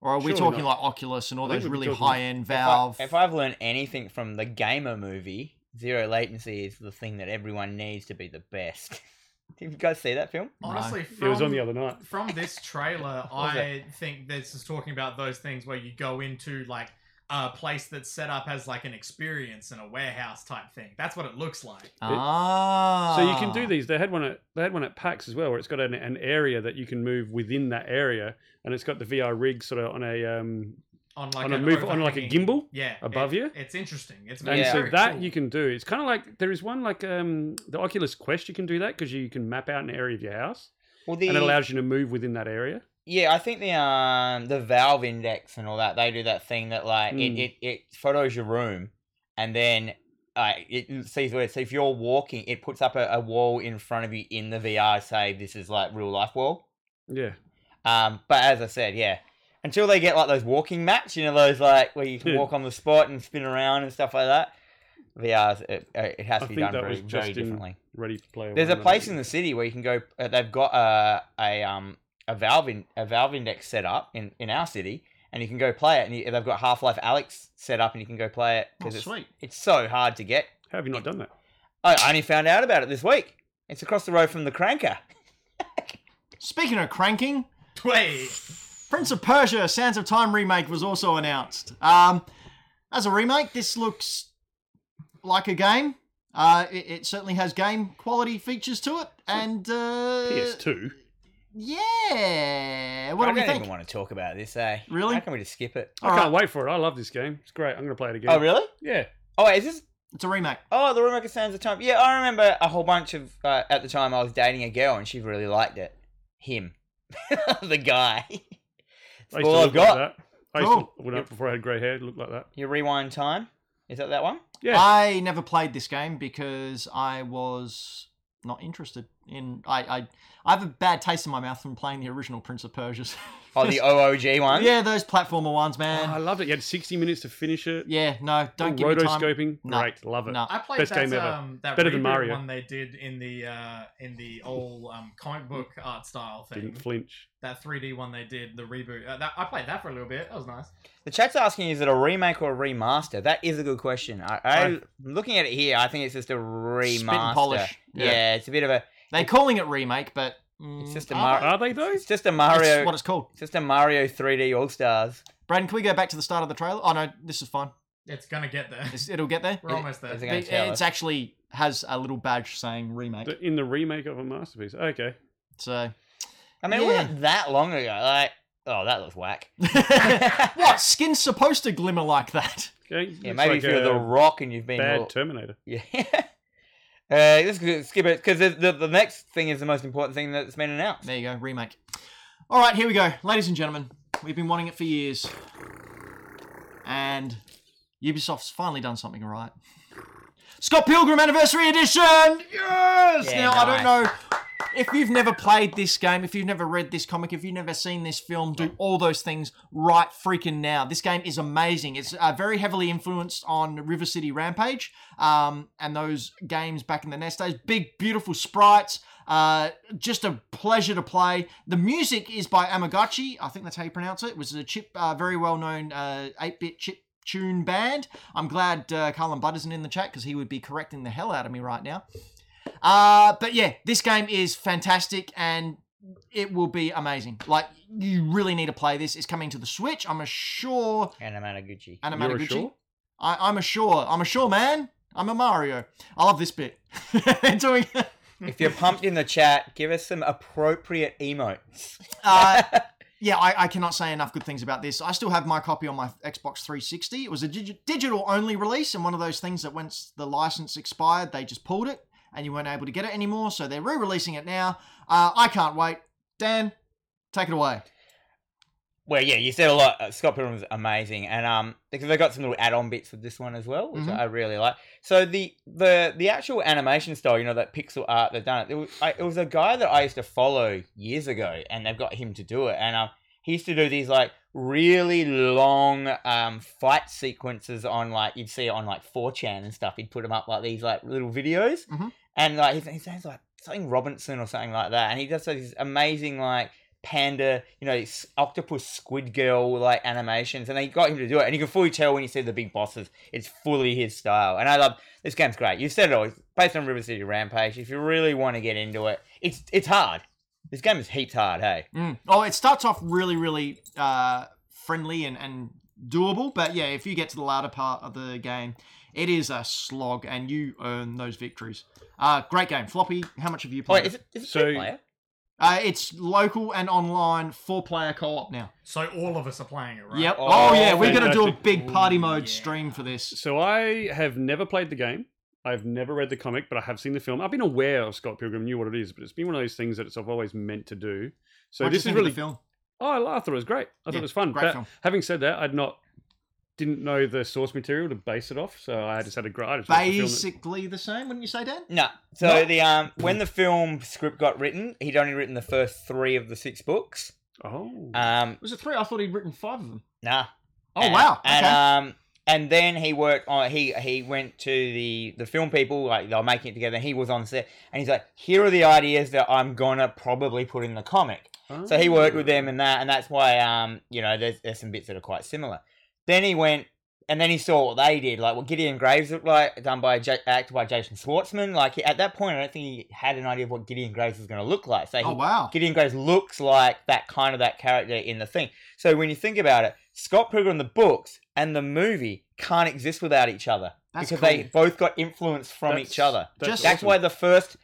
S1: Or are we
S3: Surely
S1: talking
S3: not.
S1: like Oculus and all
S3: I think
S1: those
S3: we'd be
S1: really
S3: talking like-
S1: high end
S2: if I-
S1: Valve?
S2: If, I've learned anything from the gamer movie, zero latency is the thing that everyone needs to be the best. Did you guys see that film?
S1: No.
S4: Honestly, from,
S3: it was on the other night.
S4: from this trailer,
S2: was
S4: I think this is talking about those things where you go into like a place that's set up as like an experience and a warehouse type thing. That's what it looks like.
S1: ah.
S3: So you can do these. They had one at they had one at PAX as well, where it's got an, an area that you can move within that area, and it's got the VR rig sort of on a um,
S4: On like
S3: on a
S4: an
S3: move on like a
S4: overhanging-
S3: gimbal.
S4: Yeah,
S3: above
S4: it-
S3: you.
S4: It's interesting. It's
S3: And
S2: Yeah.
S3: so
S4: very
S3: that
S4: cool.
S3: you can do. It's kind of like there is one like um the Oculus Quest. You can do that because you can map out an area of your house,
S2: Well, the
S3: and it allows you to move within that area.
S2: yeah, I think the um the Valve Index and all that they do that thing that like
S3: Hmm.
S2: it, it it photos your room, and then. Uh, it sees where so if you're walking, it puts up a, a wall in front of you in the VR. Say this is like real life wall.
S3: Yeah,
S2: Um, but as I said, yeah, until they get like those walking mats, you know, those like where you can
S3: Yeah.
S2: walk on the spot and spin around and stuff like that. VR's it, uh, it has
S3: I
S2: to be
S3: think
S2: done
S3: that
S2: very,
S3: was
S2: very
S3: just in-
S2: differently.
S3: ready to play.
S2: There's a place in the city where you can go. Uh, they've got uh, a um a valve in, a valve index set up in in our city, and you can go play it. And you, they've got Half Life Alex set up, and you can go play it
S1: Oh,
S2: because it's
S1: sweet.
S2: it's so hard to get.
S3: How have you not done that?
S2: I only found out about it this week. It's across the road from the Cranker.
S1: Speaking of cranking,
S4: Wait,
S1: Prince of Persia: Sands of Time remake was also announced. Um, as a remake, this looks like a game. Uh, it, it certainly has game quality features to it, and uh,
S3: PS2.
S1: yeah. What
S2: I
S1: do we
S2: don't
S1: think?
S2: even want to talk about this, eh?
S1: Really?
S2: How can we just skip it?
S3: I
S1: All
S3: can't
S1: right.
S3: wait for it. I love this game. It's great. I'm gonna play it again.
S2: uh, Oh, really?
S3: Yeah.
S2: Oh, wait, is this?
S1: It's a remake.
S2: Oh, the Roommaker Sands of Time. Yeah, I remember a whole bunch of. Uh, at the time, I was dating a girl and she really liked it. Him. the guy.
S3: I
S2: That's
S3: used to
S2: all I've
S3: look like
S2: got.
S3: that. I used
S1: Cool.
S3: to, when I, before I had grey hair, looked like that.
S2: You rewind time. Is that that one?
S3: Yeah.
S1: I never played this game because I was not interested in. I, I I have a bad taste in my mouth from playing the original Prince of Persia.
S2: Oh, the OOG one?
S1: yeah, those platformer ones,
S2: Uh,
S3: Oh, I
S1: man.
S3: loved it. You had 60 minutes to finish it.
S1: Yeah, no, don't give me time.
S3: Rotoscoping.
S1: No.
S3: Great. Love it.
S1: No.
S4: I played
S3: Best
S4: that
S3: game ever.
S4: um that
S3: Better than
S4: reboot
S3: Mario.
S4: one they did in the uh in the old um comic book art style thing.
S3: Didn't flinch.
S4: that 3D one they did the reboot. Uh, that, I played that for a little bit. That was nice.
S2: The chat's asking is it a remake or a remaster? That is a good question. I, I,
S3: I-
S2: looking at it here, I think it's just a remaster.
S1: polish.
S2: Yeah,
S1: Yeah.
S2: it's a bit of a.
S1: They're calling it remake, but mm,
S2: It's just a
S1: are
S2: Mar-
S1: they?
S3: Are they though?
S2: It's just a
S1: That's
S2: Mario.
S1: what it's called.
S2: It's just a Mario 3D All Stars.
S1: Braden, can we go back to the start of the trailer? Oh no, this is fine.
S4: It's gonna get there.
S1: It's, it'll get there.
S4: We're almost there.
S2: Is it
S1: But
S2: going to tell
S1: it's
S2: us?
S1: actually has a little badge saying remake.
S3: In the remake of a masterpiece. Okay.
S1: So
S2: I mean, it
S1: Yeah.
S2: wasn't that long ago. Like, oh, that looks whack.
S1: what skin's supposed to glimmer like that?
S3: Okay,
S2: Yeah,
S3: looks
S2: maybe if
S3: like
S2: you're
S3: a
S2: the rock and you've been
S3: bad
S2: all-
S3: Terminator.
S2: Yeah. Uh, let's go- skip it because the, the, the next thing is the most important thing that's been announced.
S1: There you go, remake. All right, here we go, ladies and gentlemen. We've been wanting it for years, and Ubisoft's finally done something right. Scott Pilgrim Anniversary Edition. Yes.
S2: Yeah,
S1: now I don't know if you've never played this game, if you've never read this comic, if you've never seen this film, do all those things right freaking now. This game is amazing. It's uh, very heavily influenced on River City Rampage um, and those games back in the NES days. Big, beautiful sprites. Uh, just a pleasure to play. The music is by Amagachi. I think that's how you pronounce it. It was a chip, uh, very well known uh, 8-bit chip tune band. I'm glad uh, Carlin Budd isn't in the chat because he would be correcting the hell out of me right now. Uh, but yeah, this game is fantastic and it will be amazing. Like, you really need to play this. It's coming to the Switch. I'm a sure
S2: And I'm Anamaguchi.
S1: Anamanaguchi.
S3: You're sure?
S1: I, I'm a sure. I'm a sure man. I'm a Mario. I love this bit. Doing,
S2: if you're pumped in the chat, give us some appropriate emotes.
S1: uh, yeah, I, I cannot say enough good things about this. I still have my copy on my Xbox 360. It was a digi- digital only release, and one of those things that once the license expired, they just pulled it, and you weren't able to get it anymore. So they're re-releasing it now. Uh, I can't wait. Dan, take it away.
S2: Well, yeah, you said a lot. Uh, Scott Pilgrim was amazing, and um, because they got some little add-on bits with this one as well, which
S1: Mhm.
S2: I really like. So the the the actual animation style, you know, that pixel art they've done it. It was, I, it was a guy that I used to follow years ago, and they've got him to do it. And um, he used to do these like really long um fight sequences on like you'd see it on like 4chan and stuff. He'd put them up like these like little videos,
S1: Mhm.
S2: and like his, his name's like something Robinson or something like that, and he does these amazing like panda, you know, s- octopus, squid girl like animations, and they got him to do it. And you can fully tell when you see the big bosses, it's fully his style. And I love this game's great. You said it all. It's based on River City Rampage. If you really want to get into it, it's it's hard. This game is heaps hard. Hey,
S1: Mm. Oh, it starts off really, really uh, friendly and, and doable, but yeah, if you get to the latter part of the game, it is a slog, and you earn those victories. Uh, great game, Floppy. How much have you
S2: oh,
S1: played?
S2: wait, is it, is it
S3: So-
S2: two player?
S1: uh, it's local and online, four-player co-op now.
S4: So all of us are playing it, right?
S1: Yep.
S2: Oh,
S1: Oh, yeah, we're gonna do a
S3: fantastic.
S1: big party
S4: Ooh,
S1: mode
S4: yeah.
S1: stream for this.
S3: So I have never played the game. I've never read the comic, but I have seen the film. I've been aware of Scott Pilgrim, knew what it is, but it's been one of those things that it's, I've always meant to do. So
S1: What do you
S3: this is
S1: think of the
S3: really.
S1: film.
S3: Oh, I thought it was great. I thought
S1: Yeah,
S3: it was fun.
S1: great
S3: But
S1: film.
S3: having said that, I'd not didn't know the source material to base it off, so I just had a gr- I just watched the film.
S1: Basically the same, wouldn't you say, Dan?
S2: No. So
S1: No.
S2: the um when the film script got written, he'd only written the first three of the six books.
S3: Oh,
S2: Um,
S1: Was it three? I thought he'd written five of them.
S2: nah.
S1: Oh
S2: and,
S1: wow!
S2: And
S1: okay.
S2: um, and then he worked on. He he went to the the film people like they were making it together. And he was on set, and he's like, "Here are the ideas that I'm gonna probably put in the comic." So he worked with them and that, and that's why um, you know, there's there's some bits that are quite similar. Then he went. And then he saw what they did, like what Gideon Graves looked like, done by J- acted by Jason Schwartzman. Like he- at that point, I don't think he had an idea of what Gideon Graves was going to look like. So he
S1: oh wow!
S2: Gideon Graves looks like that kind of that character in the thing. So when you think about it, Scott Pilgrim the books and the movie can't exist without each other
S1: That's
S2: because
S1: cool.
S2: they both got influence from each other.
S1: Just-
S2: That's
S3: awesome.
S2: why the first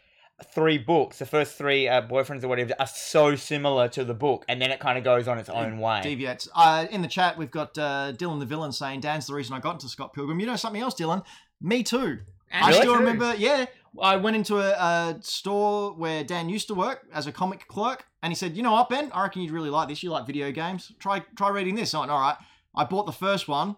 S2: three books, the first three uh, boyfriends or whatever, are so similar to the book, and then it kind of goes on its own way.
S1: deviates. Uh, in the chat, we've got uh, Dylan the villain saying, "Dan's the reason I got into Scott Pilgrim." You know something else, Dylan? Me too.
S4: And
S1: I
S2: Really?
S1: still
S4: too.
S1: remember. Yeah, I went into a, a store where Dan used to work as a comic clerk, and he said, "You know what, Ben? I reckon you'd really like this. You like video games. Try try reading this." I went, "All right." I bought the first one,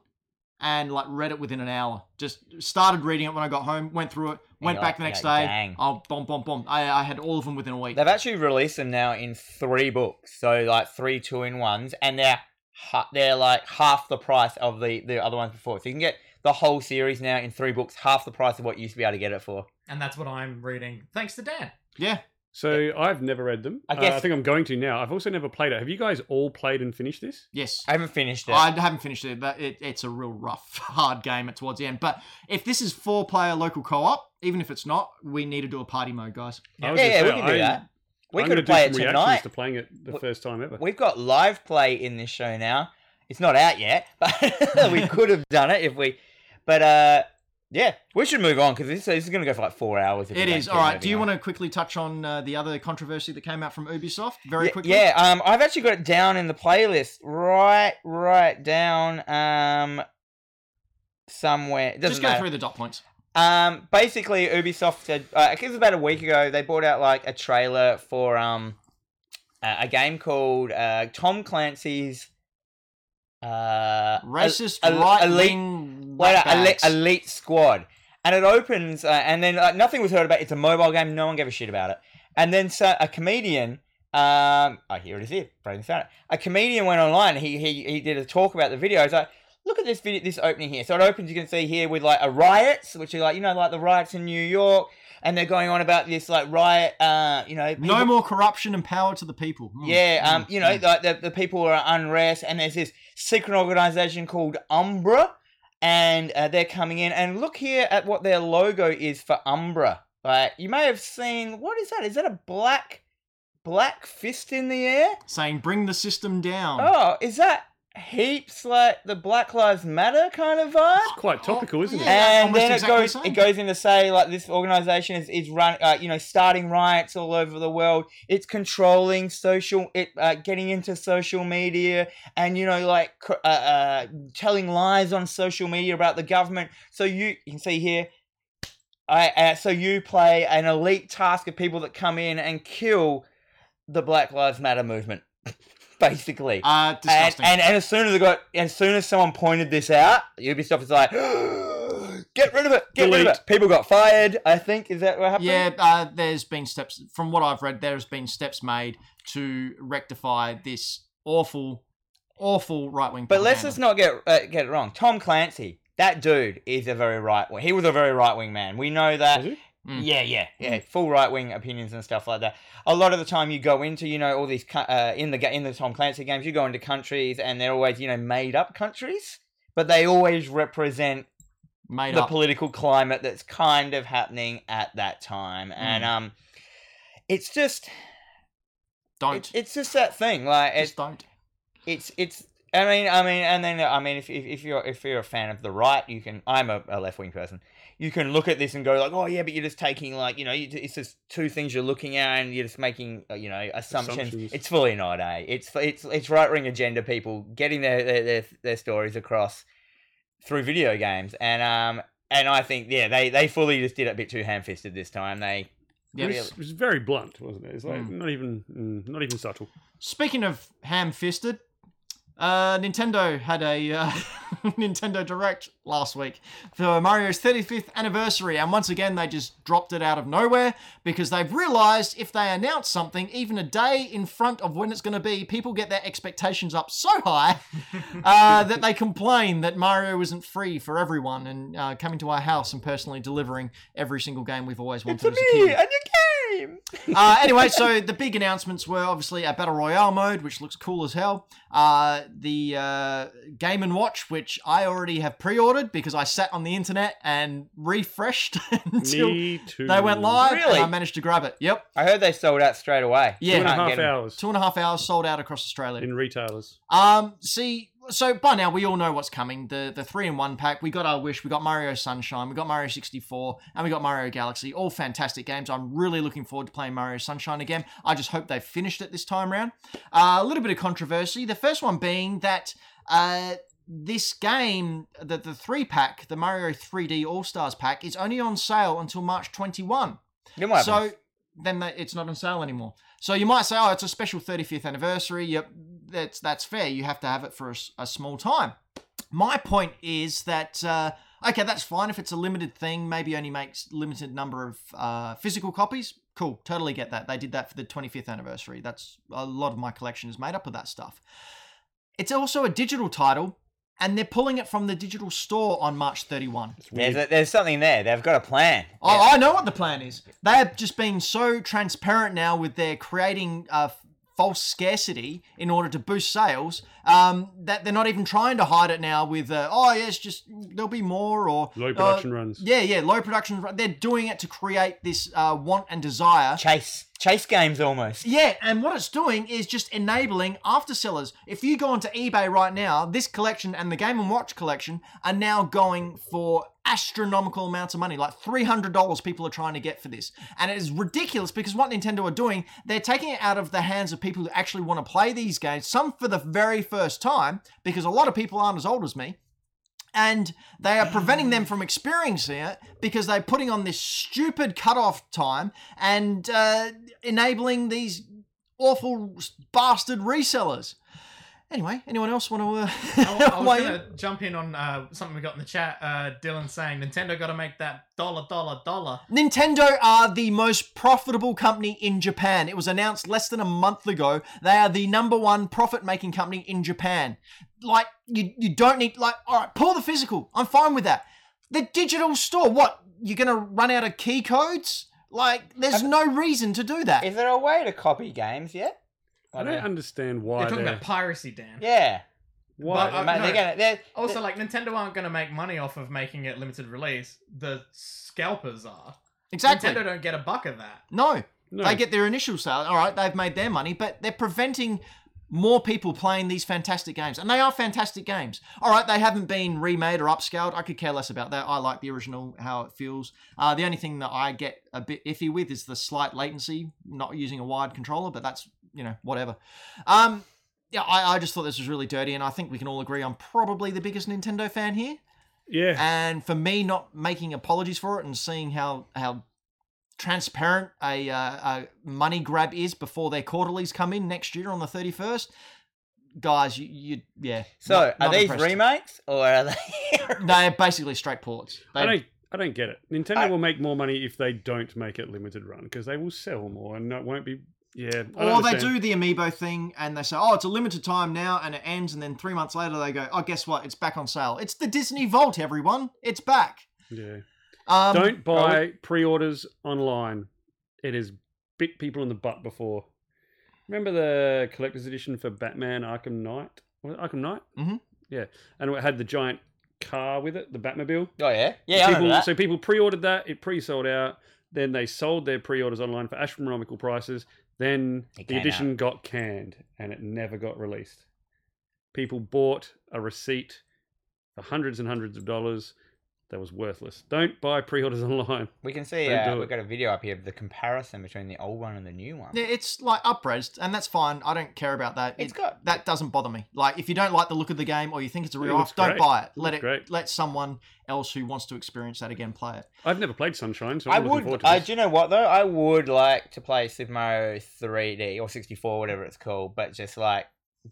S1: and like read it within an hour. Just started reading it when I got home. Went through it. Went
S2: you're
S1: back
S2: like,
S1: the next
S2: yeah,
S1: day.
S2: dang.
S1: Oh, bomb, bomb, bomb. I, I had all of them within a week.
S2: They've actually released them now in three books, so like three two in ones, and they're ha- they're like half the price of the the other ones before. So you can get the whole series now in three books, half the price of what you used to be able to get it for.
S4: And that's what I'm reading. Thanks to Dan.
S1: Yeah.
S3: So I've never read them.
S2: I
S3: Uh, I
S2: guess-
S3: think I'm going to now. I've also never played it. Have you guys all played and finished this?
S1: Yes.
S2: I haven't finished it.
S1: I haven't finished it, but it, it's a real rough, hard game at towards the end. But if this is four player local co op, even if it's not, we need to do a party mode, guys.
S3: I was
S2: yeah, yeah, we
S3: gonna say,
S2: can do
S3: I-
S2: that. We
S3: I'm
S2: could
S3: gonna
S2: play
S3: do
S2: it
S3: some reactions
S2: tonight.
S3: to playing it the
S2: What-
S3: first time ever.
S2: We've got live play in this show now. It's not out yet, but we could have done it if we. But uh, Yeah, we should move on because this, this is going to go for like four hours.
S1: It is. All right. Do you want to quickly touch on uh, the other controversy that came out from Ubisoft very
S2: yeah,
S1: quickly?
S2: Yeah, um, I've actually got it down in the playlist, right, right down, um, somewhere. It doesn't
S1: Just go
S2: matter.
S1: through the dot points.
S2: Um, basically, Ubisoft said uh, I think it was about a week ago they brought out like a trailer for um a, a game called uh, Tom Clancy's uh
S1: Racist
S2: el-
S1: right
S2: elite
S1: wing.
S2: wait, no, elite, elite Squad, and it opens uh, and then uh, nothing was heard about. it. It's a mobile game. No one gave a shit about it. And then so a comedian. Um, oh, here it is here. Braden found it. A comedian went online. He he he did a talk about the video. He's like, look at this video, this opening here. So it opens, you can see here with like a riots, which are like you know like the riots in New York, and they're going on about this like riot, uh, you know, people-
S1: No more corruption and power to the people. Mm.
S2: yeah, um, you know,
S1: Mm.
S2: like the, the people are at unrest, and there's this secret organization called Umbra, and uh, they're coming in. And look here at what their logo is for Umbra. Like you may have seen, what is that? Is that a black, black fist in the air?
S1: Saying bring the system down.
S2: Oh, is that heaps like the Black Lives Matter kind of vibe?
S3: It's quite topical, isn't
S1: Oh, yeah.
S3: it?
S2: and
S1: almost
S2: then it
S1: exactly
S2: goes
S1: the same.
S2: it goes in to say like this organization is, is run uh, you know starting riots all over the world it's controlling social it uh, getting into social media and you know like cr- uh, uh, telling lies on social media about the government so you you can see here I, uh, so you play an elite task of people that come in and kill the black lives matter movement basically
S1: Uh,
S2: and,
S1: disgusting.
S2: and, and as soon as I got, as soon as someone pointed this out, Ubisoft was like, "Get rid of it! Get rid of it!"
S3: Delete.
S2: People got fired. I think is that what happened?
S1: yeah, uh, there's been steps, from what I've read, there's been steps made to rectify this awful, awful right wing.
S2: But let's just not get uh, get it wrong. Tom Clancy, that dude is a very right wing. He was a very right wing man. We know that.
S3: Is it?
S1: Mm.
S2: Yeah, yeah, yeah. Full right wing opinions and stuff like that. A lot of the time, you go into you know all these co- uh, in the ga- in the Tom Clancy games, you go into countries and they're always you know made up countries, but they always represent
S1: made
S2: the
S1: up.
S2: political climate that's kind of happening at that time and
S1: Mm.
S2: um it's just
S1: don't.
S2: it's, it's just that thing like it's
S1: just don't.
S2: it's it's I mean, I mean, and then I mean, if, if, if you're if you're a fan of the right, you can. I'm a, a left wing person. You can look at this and go like, oh yeah, but you're just taking like you know, you, it's just two things you're looking at, and you're just making uh, you know assumptions.
S3: Assumptions.
S2: It's fully not a. It's it's it's right wing agenda people getting their, their their their stories across through video games, and um and I think yeah, they they fully just did it a bit too ham fisted this time. They
S1: Yeah.
S3: It was, it was very blunt, wasn't it? It's like
S1: Mm.
S3: not even mm, not even subtle.
S1: Speaking of ham fisted, uh, Nintendo had a uh, Nintendo Direct last week for Mario's 35th anniversary, and once again they just dropped it out of nowhere because they've realised if they announce something even a day in front of when it's going to be, people get their expectations up so high uh, that they complain that Mario isn't free for everyone and uh, coming to our house and personally delivering every single game we've always wanted as a kid.
S2: and your game.
S1: Uh, anyway, so the big announcements were obviously a battle royale mode, which looks cool as hell. Uh, the uh, Game and Watch, which I already have pre-ordered because I sat on the internet and refreshed until
S3: Me too.
S1: they went live,
S2: Really?
S1: and I managed to grab it. Yep,
S2: I heard they sold out straight away.
S1: Yeah.
S3: Two and a
S2: Can't
S3: half
S2: get 'em.
S3: hours
S1: two and a half hours sold out across Australia.
S3: in retailers.
S1: Um, see, so by now we all know what's coming. The the three in one pack. We got our wish. We got Mario Sunshine. We got Mario sixty four, and we got Mario Galaxy. All fantastic games. I'm really looking forward to playing Mario Sunshine again. I just hope they finished it this time round. Uh, a little bit of controversy. The first one being that. Uh, this game, the, the three pack, the Mario 3D All Stars pack, is only on sale until March 21.
S2: You might have
S1: So then they, it's not on sale anymore. So you might say, oh, it's a special 35th anniversary. Yep, that's that's fair. You have to have it for a, s- a small time. My point is that uh, okay, that's fine if it's a limited thing. Maybe only makes limited number of uh, physical copies. Cool, totally get that. They did that for the 25th anniversary. That's a lot of my collection is made up of that stuff. It's also a digital title, and they're pulling it from the digital store on March 31.
S3: It's
S2: There's,
S3: weird.
S2: a, there's something there. They've got a plan.
S1: Oh, I know what the plan is. They have just been so transparent now with their creating uh, f- false scarcity in order to boost sales um, that they're not even trying to hide it now with, uh, oh, yes, just there'll be more or.
S3: Low
S1: uh,
S3: production runs.
S1: yeah, yeah, low production. They're doing it to create this uh, want and desire.
S2: Chase. Chase games almost.
S1: Yeah, and what it's doing is just enabling after sellers. If you go onto eBay right now, this collection and the Game and Watch collection are now going for astronomical amounts of money, like $300 people are trying to get for this. And it is ridiculous because what Nintendo are doing, they're taking it out of the hands of people who actually want to play these games, some for the very first time, because a lot of people aren't as old as me. And they are preventing them from experiencing it because they're putting on this stupid cutoff time and uh, enabling these awful bastard resellers. Anyway, anyone else want to? Uh,
S4: I, I was
S1: weigh in?
S4: going to jump in on uh, something we got in the chat. Uh, Dylan saying Nintendo got to make that dollar, dollar, dollar.
S1: Nintendo are the most profitable company in Japan. It was announced less than a month ago. They are the number one profit making company in Japan. Like, you, you don't need, like, all right, pull the physical. I'm fine with that. The digital store, what? You're going to run out of key codes? Like, there's no reason to do that.
S2: Is there a way to copy games yet?
S3: I don't understand
S4: They're
S3: why
S4: talking
S3: they're
S4: about piracy, Dan.
S2: Yeah.
S3: why.
S4: But, uh,
S2: Mate,
S4: no.
S2: they're gonna, they're,
S4: Also, like Nintendo aren't going to make money off of making it limited release. The scalpers are.
S1: Exactly.
S4: Nintendo don't get a buck of that.
S1: No.
S3: no.
S1: They get their initial sale. All right, they've made their money, but they're preventing more people playing these fantastic games. And they are fantastic games. All right, they haven't been remade or upscaled. I could care less about that. I like the original, how it feels. Uh, the only thing that I get a bit iffy with is the slight latency, not using a wired controller, but that's, you know, whatever. Um, yeah, I, I just thought this was really dirty, and I think we can all agree I'm probably the biggest Nintendo fan here
S3: yeah.
S1: and for me not making apologies for it and seeing how how transparent a, uh, a money grab is before their quarterlies come in next year on the 31st guys you, you yeah
S2: so,
S1: not-
S2: are
S1: not
S2: these
S1: impressed.
S2: remakes or are they?
S1: they're basically straight ports they,
S3: I don't. I don't get it. Nintendo
S2: I-
S3: will make more money if they don't make it limited run because they will sell more and it won't be. Yeah. I
S1: or
S3: don't
S1: they
S3: understand.
S1: do the amiibo thing and they say oh it's a limited time now and it ends and then three months later they go oh guess what it's back on sale it's the disney vault everyone it's back
S3: Yeah.
S1: um,
S3: don't buy pre-orders online. It has bit people in the butt before. Remember the collector's edition for Batman Arkham Knight? Was it Arkham Knight.
S1: Mhm.
S3: Yeah, and it had the giant car with it, the Batmobile.
S2: oh yeah, yeah. I remember
S3: people,
S2: that.
S3: so people pre-ordered that. It pre-sold out. Then they sold their pre-orders online for astronomical prices. Then
S2: It
S3: the
S2: came
S3: edition got canned and it never got released. People bought a receipt for hundreds and hundreds of dollars that was worthless. Don't buy pre-orders online.
S2: we can see.
S3: They
S2: Uh,
S3: do
S2: we've
S3: it.
S2: got a video up here of the comparison between the old one and the new one.
S1: yeah, it's like upraised and that's fine i don't care about that
S2: It's
S1: It-
S2: got
S1: that doesn't bother me. Like if you don't like the look of the game or you think it's a
S3: It
S1: real
S3: looks
S1: off, don't
S3: great.
S1: buy it.
S3: It
S1: Let
S3: looks
S1: it
S3: great.
S1: let someone else who wants to experience that again play it.
S3: I've never played Sunshine, so
S2: I
S3: I'm looking forward
S2: would.
S3: to
S2: I,
S3: this.
S2: do you know what though? I would like to play Super Mario 3D or 64, whatever it's called, but just like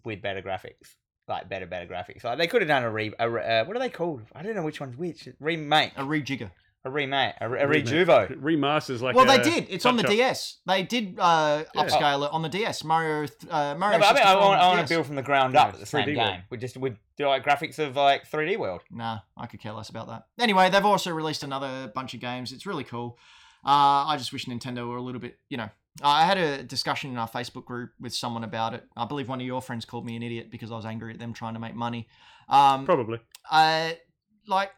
S2: with better graphics, like better, better graphics. Like they could have done a re. A, re- uh, what are they called? I don't know which one's which. Remake,
S1: A rejigger.
S2: a remake, a, re- a
S3: Remake.
S2: rejuvo.
S3: remasters like
S1: well, they
S3: a
S1: did. It's on the
S3: touch-up.
S1: DS. They did uh,
S3: Yeah.
S1: upscale it on the DS. Mario, th- uh,
S2: No,
S1: Mario.
S2: but I mean,
S1: 64
S2: I
S1: on
S2: want, I want
S1: DS.
S2: to build from the ground up
S3: Yeah,
S2: at the same
S3: 3D
S2: game.
S3: World.
S2: We just would do like graphics of like 3D World.
S1: Nah, I could care less about that. Anyway, they've also released another bunch of games. It's really cool. Uh, I just wish Nintendo were a little bit, you know. I had a discussion in our Facebook group with someone about it. I believe one of your friends called me an idiot because I was angry at them trying to make money. Um,
S3: Probably.
S1: I like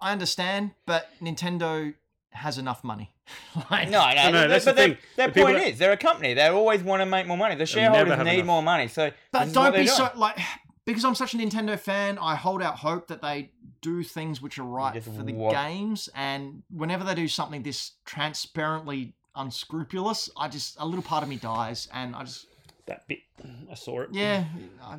S1: I understand, but Nintendo has enough money. like,
S2: No, no,
S3: No, no,
S2: but-
S3: that's
S2: but
S3: the
S2: their-
S3: thing.
S2: Their
S3: The people
S2: point
S3: that-
S2: is, they're a company. They always want to make more money. The
S3: They'll never
S2: shareholders
S3: have
S2: need
S3: enough.
S2: more money. So, this
S1: but
S2: is what
S1: don't
S2: they're
S1: be
S2: doing.
S1: so like because I'm such a Nintendo fan, I hold out hope that they do things which are right
S2: just
S1: for the
S2: want-
S1: games and whenever they do something this transparently unscrupulous, I just a little part of me dies and I just
S3: That bit. I saw it.
S1: yeah, I,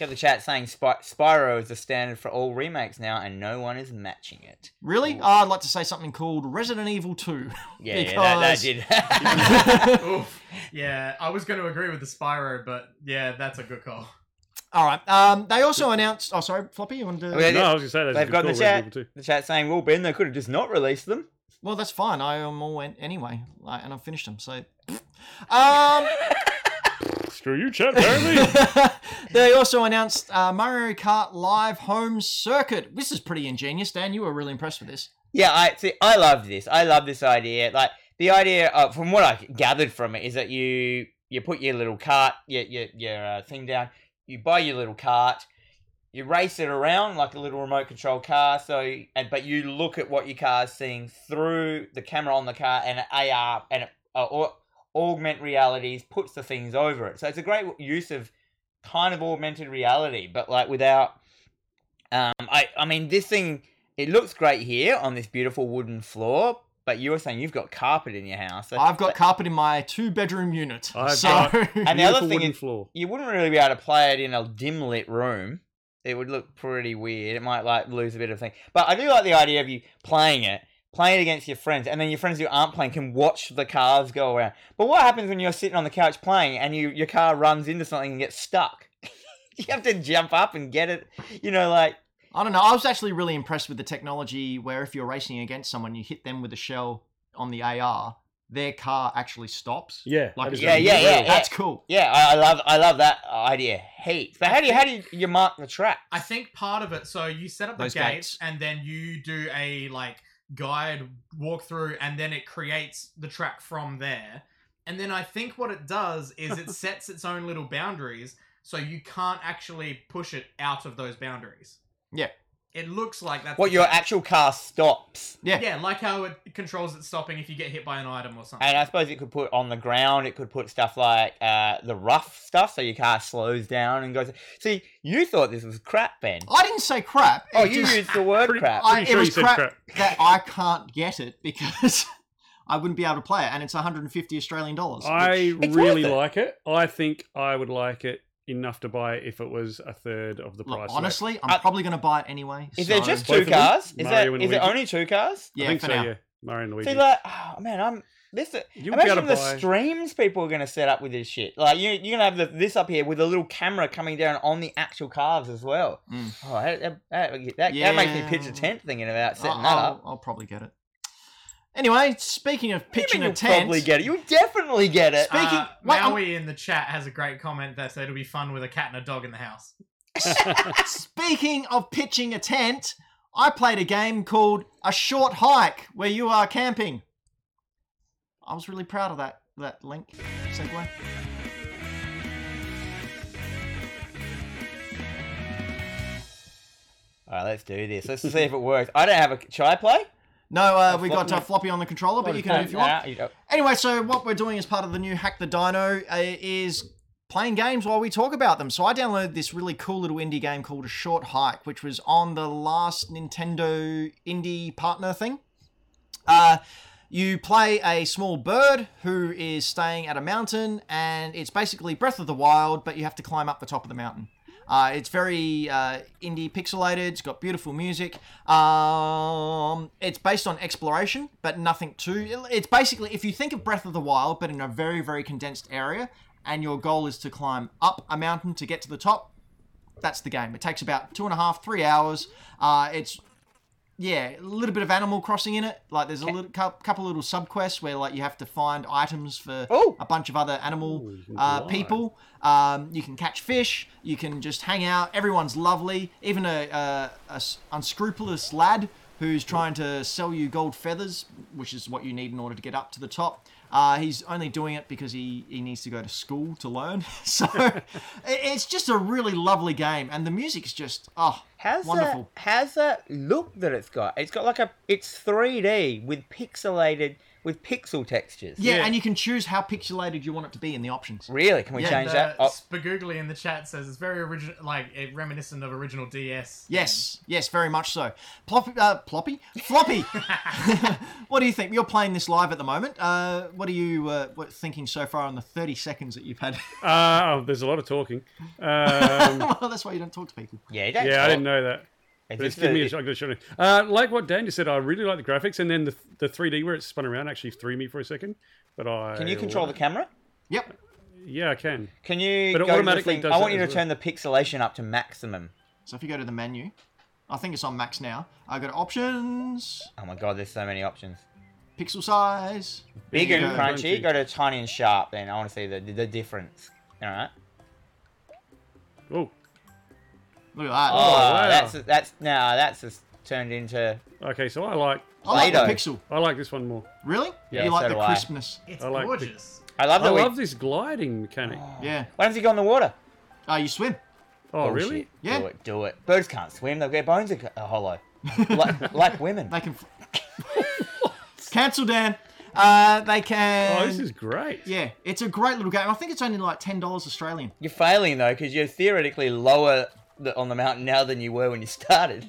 S2: Got the chat saying Spy- Spyro is the standard for all remakes now, and no one is matching it.
S1: really? I'd like to say something called Resident Evil 2.
S2: Yeah, yeah that,
S1: Because-
S2: that did.
S4: Oof. Yeah, I was going to agree with the Spyro, but yeah, that's a good call.
S1: All right. Um they also announced Oh, sorry, Floppy, you wanted to
S2: Okay.
S3: No, I was gonna say that's a
S2: They've
S3: good
S2: got
S3: call,
S2: the
S3: Resident
S2: chat.
S3: Evil 2.
S2: the chat saying, "Well, Ben, they could have just not released them."
S1: Well, that's fine. I am all went anyway, like, and I've finished them. So, um,
S3: Screw you, chat. Apparently.
S1: they also announced uh, Mario Kart Live Home Circuit. This is pretty ingenious, Dan. You were really impressed with this.
S2: Yeah, I see. I love this. I love this idea. Like the idea, of, from what I gathered from it, is that you you put your little cart, your your your uh, thing down. You buy your little cart. You race it around like a little remote control car. So, and but you look at what your car's seeing through the camera on the car and AR and it, uh, or augment realities puts the things over it. So it's a great use of kind of augmented reality, but like without. Um, I I mean this thing It looks great here on this beautiful wooden floor, but you were saying you've got carpet in your house. That's-
S1: I've got carpet in my two bedroom unit.
S3: I've
S1: so
S3: got-
S2: And the other
S3: Beautiful
S2: thing
S3: wooden
S2: is-
S3: floor.
S2: you wouldn't really be able to play it in a dim lit room. It would look pretty weird. It might like lose a bit of thing. But I do like the idea of you playing it, playing it against your friends, and then your friends who aren't playing can watch the cars go around. But what happens when you're sitting on the couch playing and you your car runs into something and gets stuck? you have to jump up and get it. You know, like
S1: I don't know. I was actually really impressed with the technology where if you're racing against someone, you hit them with a shell on the AR, their car actually stops.
S3: Yeah,
S1: Like-
S3: that is
S2: Yeah,
S3: really
S2: yeah, yeah.
S3: cool.
S1: That's cool.
S2: yeah, I, I love I love that idea. Heaps. But how do you how do you, you mark the track?
S4: I think part of it. So you set up the
S1: Those
S4: gates,
S1: gates.
S4: and then you do a like guide walkthrough, and then it creates the track from there. And then I think what it does is it sets its own little boundaries, so you can't actually push it out of those boundaries.
S1: Yeah.
S4: It looks like that's
S2: What
S4: the
S2: your
S4: track.
S2: actual car stops.
S1: Yeah.
S4: yeah, like how it controls its stopping if you get hit by an item or something.
S2: And I suppose it could put on the ground. It could put stuff like uh, the rough stuff, so your car slows down and goes. See, you thought this was crap, Ben.
S1: I didn't say crap.
S2: Oh,
S1: It
S2: you
S1: Oh, just-
S2: used the word
S3: Pretty-
S2: crap.
S1: I-
S3: Pretty
S1: it
S3: sure
S1: was
S3: you said
S1: crap.
S3: crap.
S1: that I can't get it because I wouldn't be able to play it, and it's 150 Australian dollars.
S3: I
S1: which-
S2: It's
S3: really
S2: worth it.
S3: like it. I think I would like it enough to buy it if it was a third of the
S1: look,
S3: price. of that.
S1: honestly, I'm
S2: Uh,
S1: probably going to buy it anyway.
S2: Is
S1: so-
S2: there just
S3: Both
S2: two
S3: of them?
S2: cars? Is
S3: Mario
S2: there
S3: and
S2: is there
S3: Luigi?
S2: only two cars?
S1: Yeah,
S3: I think
S1: for
S3: so.
S1: now.
S3: Yeah, Mario and Luigi.
S2: See, like, oh man, I'm this.
S3: You'll be able
S2: imagine
S3: to
S2: the
S3: buy.
S2: streams people are gonna set up with this shit. Like you, you're gonna have the, this up here with a little camera coming down on the actual cars as well.
S1: Mm.
S2: Oh, that that, that, that makes me
S1: Yeah.
S2: pitch a tent thinking about setting
S1: I'll,
S3: Oh,
S2: that up.
S1: I'll, I'll probably get it. Anyway, speaking of
S2: You mean
S1: pitching
S2: you'll
S1: a tent,
S2: probably get it. You'll definitely get it.
S1: Speaking-
S4: Uh,
S1: wait, I'm-
S4: Maui in the chat has a great comment that said it'll be fun with a cat and a dog in the house.
S1: Speaking of pitching a tent, I played a game called A Short Hike where you are camping. I was really proud of that that link segue.
S2: All right, let's do this. Let's see if it works. I don't have a. Should I play?
S1: No, uh, we
S2: floppy.
S1: got uh, floppy on the controller, but you can if you want.
S2: want.
S1: Anyway, so what we're doing as part of the new Hack the Dino uh, is playing games while we talk about them. So I downloaded this really cool little indie game called A Short Hike, which was on the last Nintendo indie partner thing. Uh, you play a small bird who is staying at a mountain, and it's basically Breath of the Wild, but you have to climb up the top of the mountain. Uh, it's very uh, indie pixelated. It's got beautiful music. Um, it's based on exploration, but nothing too. It's basically if you think of Breath of the Wild, but in a very very condensed area, and your goal is to climb up a mountain to get to the top. That's the game. It takes about two and a half three hours. Uh, it's yeah, a little bit of Animal Crossing in it. Like there's a little cou- couple little subquests where like you have to find items for
S2: Oh.
S1: a bunch of other animal
S3: Ooh, you can
S1: uh,
S3: glide.
S1: people. Um, you can catch fish. You can just hang out. Everyone's lovely. Even a, a- a s- unscrupulous lad who's trying to sell you gold feathers, which is what you need in order to get up to the top. Uh, he's only doing it because he, he needs to go to school to learn. So it- it's just a really lovely game, and the music's just oh
S2: How's
S1: wonderful.
S2: that? How's that look that it's got? It's got like a. It's 3D with pixelated with pixel textures.
S1: Yeah,
S3: Yeah.
S1: and you can choose how pixelated you want it to be in the options.
S2: Really? Can we
S1: Yeah,
S2: change
S4: And,
S2: that? Oh,
S4: uh, Spagoogly in the chat says it's very original, like it reminiscent of original DS.
S1: Yes, yes, very much so. Plop, uh, ploppy, floppy. what do you think? You're playing this live at the moment. Uh, what are you uh, what, thinking so far on the 30 seconds that you've had?
S3: Uh, oh, there's a lot of talking. Um,
S1: well, that's why you don't talk to people.
S2: yeah. You don't Oh,
S3: yeah, I
S2: talk.
S3: didn't know that.
S2: It's
S3: But it's
S2: just
S3: giving me a
S2: it-
S3: shot. good shot. Uh, like what Dan just said, I really like the graphics, and then the the 3D where it spun around actually threw me for a second. But I
S2: Can you control the camera?
S1: Yep.
S3: Yeah, I can.
S2: Can you?
S3: But
S2: go to
S3: it
S2: the
S3: automatically
S2: thing-
S3: does
S2: I want
S3: that
S2: you to
S3: as well.
S2: turn the pixelation up to maximum.
S1: So if you go to the menu, I think it's on max now. I go to options,
S2: Oh my god, there's so many options.
S1: pixel size.
S2: Big
S1: There you
S2: and
S1: go.
S2: crunchy.
S3: Crunchy.
S2: Go to tiny and sharp. Then I want to see the the difference. All right.
S3: Oh,
S1: Look at that.
S2: Oh,
S1: Oh,
S3: wow.
S2: that's that's now that's just turned into.
S3: okay. So I like
S1: I like the
S2: Play-Doh.
S1: pixel.
S3: I like this one more.
S1: Really?
S2: Yeah,
S1: you like
S2: so
S1: the
S2: do I.
S1: crispness.
S4: It's
S3: I like the-
S4: gorgeous.
S2: I love
S3: I
S2: that we.
S3: love this gliding mechanic.
S1: Yeah.
S2: Why doesn't he go in the water?
S1: Oh, you swim.
S3: Oh, really?
S1: Yeah.
S2: Do it, do it. Birds can't swim, they their bones are are hollow. like, like women.
S1: They can. Fl- Cancel, Dan. Uh, they can.
S3: Oh, this is great.
S1: Yeah, it's a great little game. I think it's only like ten dollars Australian.
S2: You're failing though, because you're theoretically lower the, on the mountain now than you were when you started.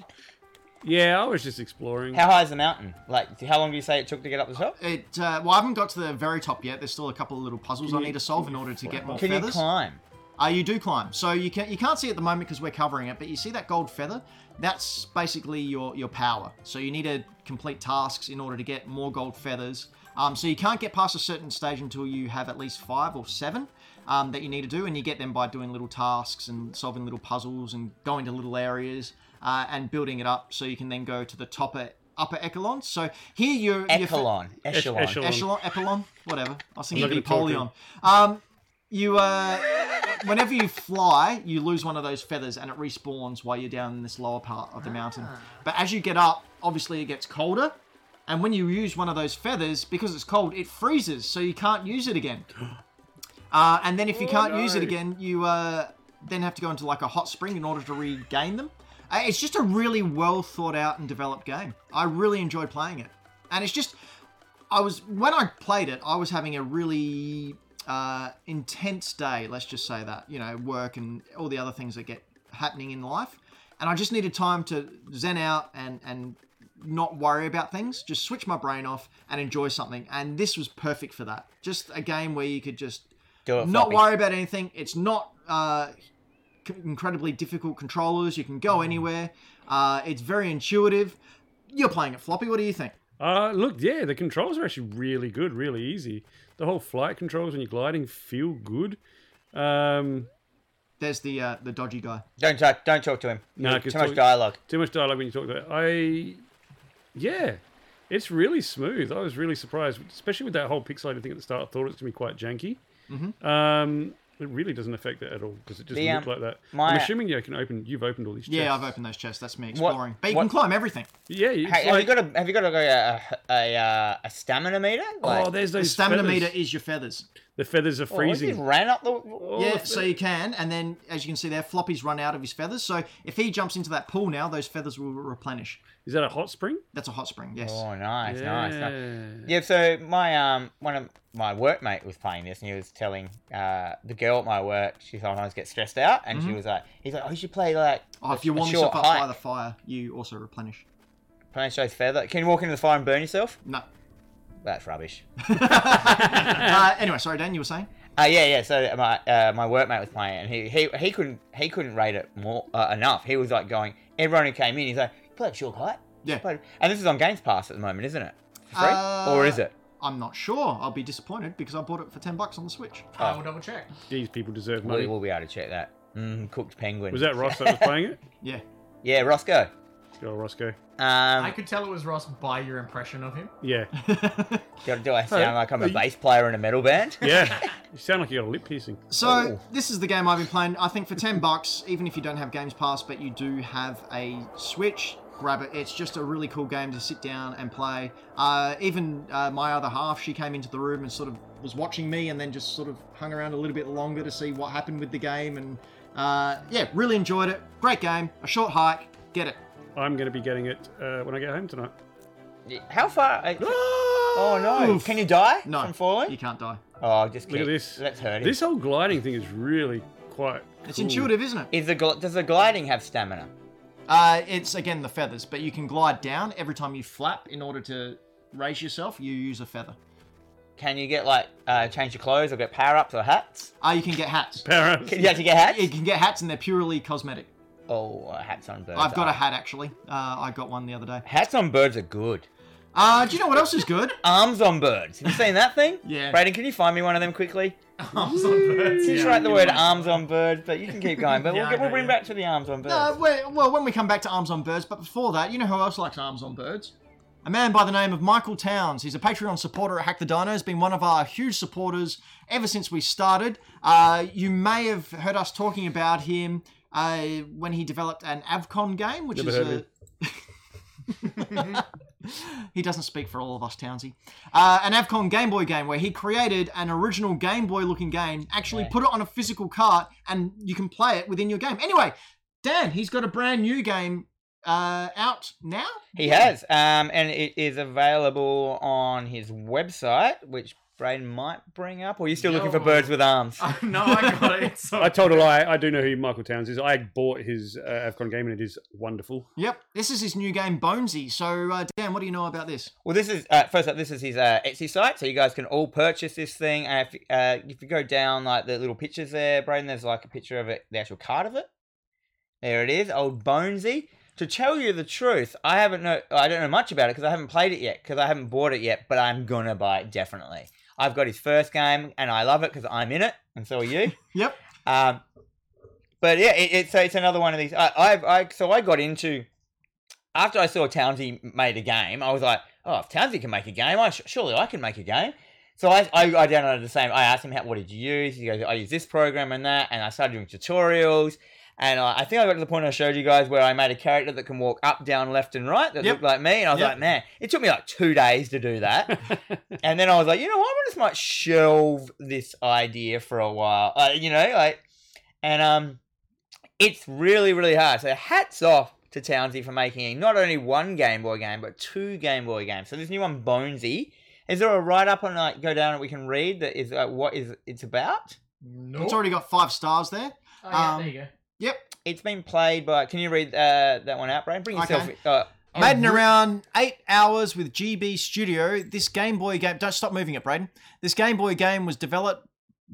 S3: Yeah, I was just exploring.
S2: How high is the mountain? Like, how long do you say it took to get up the top?
S1: It uh, well, I haven't got to the very top yet. There's still a couple of little puzzles I need to solve in order to get more
S2: Can you
S1: feathers.
S2: climb?
S1: Uh, you do climb. So you can you can't see at the moment because we're covering it, but you see that gold feather? That's basically your your power. So you need to complete tasks in order to get more gold feathers. Um, so you can't get past a certain stage until you have at least five or seven um, that you need to do, and you get them by doing little tasks and solving little puzzles and going to little areas uh, and building it up. So you can then go to the topper upper echelon. So here you're you're fa-
S2: Echelon. Echelon.
S3: echelon.
S1: Echelon, epilon, whatever. I was
S3: I'm
S1: thinking
S3: not gonna
S1: Napoleon. Um, you, uh, whenever you fly, you lose one of those feathers and it respawns while you're down in this lower part of the mountain. But as you get up, obviously it gets colder. And when you use one of those feathers, because it's cold, it freezes, so you can't use it again. Uh, and then if you can't use it
S3: no.
S1: again, you uh, then have to go into like a hot spring in order to regain them. Uh, it's just a really well thought out and developed game. I really enjoy playing it. And it's just I was when I played it, I was having a really uh, intense day. Let's just say that you know work and all the other things that get happening in life, and I just needed time to zen out and and not worry about things, just switch my brain off and enjoy something. And this was perfect for that. Just a game where you could just
S2: Do it.
S1: not
S2: Floppy.
S1: worry about anything. It's not uh, c- incredibly difficult controllers. You can go anywhere. Uh, it's very intuitive. You're playing it floppy. What do you think?
S3: Uh, look, yeah, the controls are actually really good, really easy. The whole flight controls when you're gliding feel good. Um,
S1: There's the uh, the dodgy guy.
S2: Don't talk. Don't talk to him.
S3: No,
S2: There's
S3: 'cause
S2: too much
S3: talk-
S2: dialogue.
S3: too much dialogue when you talk about it. I, yeah, it's really smooth. I was really surprised, especially with that whole pixelated thing at the start. I thought it was going to be quite janky.
S1: Mm-hmm.
S3: Um, it really doesn't affect that at all because it just
S2: The,
S3: looked
S2: um,
S3: like that.
S2: my-
S3: I'm assuming you can open. You've opened all these. Chests.
S1: Yeah, I've opened those chests. That's me
S2: What-
S1: exploring. but you
S2: what-
S1: can climb everything.
S3: Yeah, it's
S2: Hey, have you
S3: like-
S2: got a have you got a a, a, a, a stamina meter? Like,
S3: oh, there's
S1: The
S3: those
S1: stamina
S3: feathers.
S1: meter is your feathers.
S3: The feathers are
S2: oh, what if you
S3: freezing.
S2: ran up the.
S3: Oh,
S1: yeah,
S3: the
S1: so you can. And then, as you can see there, Floppy's run out of his feathers. So if he jumps into that pool now, those feathers will replenish.
S3: Is that a hot spring?
S1: That's a hot spring, yes.
S2: Oh, nice, nice, nice.
S3: Yeah.
S2: Yeah, so my um one of my workmate was playing this and he was telling uh the girl at my work she sometimes gets stressed out and
S3: Mm-hmm.
S2: she was like he's like oh you should play like
S1: Oh, if you
S2: a
S1: warm
S2: short
S1: yourself up by
S2: hike.
S1: the fire, you also replenish.
S2: play shows feather can you walk into the fire and burn yourself
S1: No.
S2: that's rubbish
S1: uh, anyway, sorry, Dan, you were saying?
S2: uh yeah yeah so my uh, my workmate was playing and he, he he couldn't he couldn't rate it more uh, enough he was like going everyone who came in he's like you play a short height
S1: Yeah.
S2: and this is on Games Pass at the moment isn't it For free or is
S1: Uh,
S2: it
S1: I'm not sure. I'll be disappointed because I bought it for 10 bucks on the Switch.
S4: I will double check.
S3: These people deserve
S2: we
S3: money.
S2: will be able to check that mm, cooked penguin
S3: Was that Ross that was playing it?
S1: Yeah.
S2: yeah Roscoe
S3: Go, Roscoe.
S2: um,
S4: I could tell it was Ross by your impression of him.
S3: Yeah,
S2: Do, do I sound like I'm
S3: are
S2: a
S3: you-
S2: bass player in a metal band?
S3: yeah. you sound like you got a lip piercing.
S1: So
S2: Oh.
S1: this is the game I've been playing. I think for ten bucks, even if you don't have Games Pass, but you do have a Switch, grab it. It's just a really cool game to sit down and play. Uh, even uh, my other half, she came into the room and sort of was watching me, and then just sort of hung around a little bit longer to see what happened with the game. And uh, yeah, really enjoyed it. Great game. A short hike. Get it.
S3: I'm going to be getting it uh, when I get home tonight.
S2: How far? I- oh no!
S1: Oof.
S2: Can you die
S1: No,
S2: from falling?
S1: you can't die.
S2: Oh, just
S3: Look
S2: keep-
S3: at this.
S2: Let's hurt him.
S3: This whole gliding thing is really quite.
S1: It's
S3: cool.
S1: intuitive, isn't it?
S2: Is the gl- does the gliding have stamina?
S1: Uh, it's again the feathers, but you can glide down every time you flap in order to raise yourself. You use a feather.
S2: Can you get like uh, change your clothes or get power ups or hats?
S1: Ah, you can get hats.
S3: Para-
S2: Can you actually get hats?
S1: You can get hats and they're purely cosmetic.
S2: Oh, uh, hats on birds.
S1: I've got
S2: are-
S1: a hat actually. Uh, I got one the other day.
S2: Hats on birds are good.
S1: Uh, do you know what else is good?
S2: Arms on birds. Have you seen that thing?
S1: Yeah.
S2: Brayden, can you find me one of them quickly?
S4: Arms on birds.
S2: Just
S4: yeah.
S2: write the word arms on birds, but you can keep going. But
S4: Yeah,
S2: we'll,
S4: I
S2: get, we'll
S4: know,
S2: bring
S4: yeah.
S2: back to the arms on birds.
S1: Uh, well, well, when we come back to Arms on Birds, but before that, you know who else likes Arms on Birds? A man by the name of Michael Towns. He's a Patreon supporter at Hack the Dino. He's been one of our huge supporters ever since we started. Uh, you may have heard us talking about him uh, when he developed an Avcon game, which
S3: Never
S1: is
S3: heard of
S1: a.
S3: him.
S1: He doesn't speak for all of us, Townsy. Uh, an Avcon Game Boy game where he created an original Game Boy looking game, actually put it on a physical cart, and you can play it within your game. Anyway, Dan, he's got a brand new game uh, out now.
S2: He has, um, and it is available on his website, which Braden might bring up, or are you still looking for
S4: No.
S2: birds with arms?
S4: Uh, no, I got it. It's so
S3: I told a lie. I do know who Michael Towns is. I bought his uh, Avcon game and it is wonderful.
S1: Yep, this is his new game, Bonesy. So, uh, Dan, what do you know about this?
S2: Well, this is uh, first up. This is his uh, Etsy site, so you guys can all purchase this thing. And if, uh, if you go down like the little pictures there, Braden, there's like a picture of it, the actual card of it. There it is, old Bonesy. To tell you the truth, I haven't know. I don't know much about it because I haven't played it yet because I haven't bought it yet. But I'm gonna buy it definitely. I've got his first game and I love it because I'm in it, and so are you.
S1: Yep.
S2: Um, but yeah, it, it's so it's another one of these. I, I, I so I got into after I saw Townsy made a game. I was like, oh, if Townsy can make a game, I sh- surely I can make a game. So I, I, I downloaded the same. I asked him how what did you use. He goes, I use this program and that, and I started doing tutorials. And I, I think I got to the point I showed you guys where I made a character that can walk up, down, left, and right that
S1: Yep.
S2: looked like me. And I was
S1: Yep.
S2: like, man, it took me like two days to do that. And then I was like, you know what? I just might shelve this idea for a while. Uh, you know, like, and um, it's really, really hard. So hats off to Townsy for making not only one Game Boy game, but two Game Boy games. So this new one, Bonesy. Is there a write up on like go down that we can read that is uh, what is it's about?
S4: Nope.
S1: It's already got five stars there.
S4: Oh, yeah,
S1: um,
S4: there you go.
S2: It's been played by. Can you read uh, that one out, Brian? Bring
S1: Okay.
S2: yourself. Uh,
S4: Oh,
S1: Made in
S4: who-
S1: around eight hours with GB Studio. This Game Boy game. Don't stop moving it, Braden. This Game Boy game was developed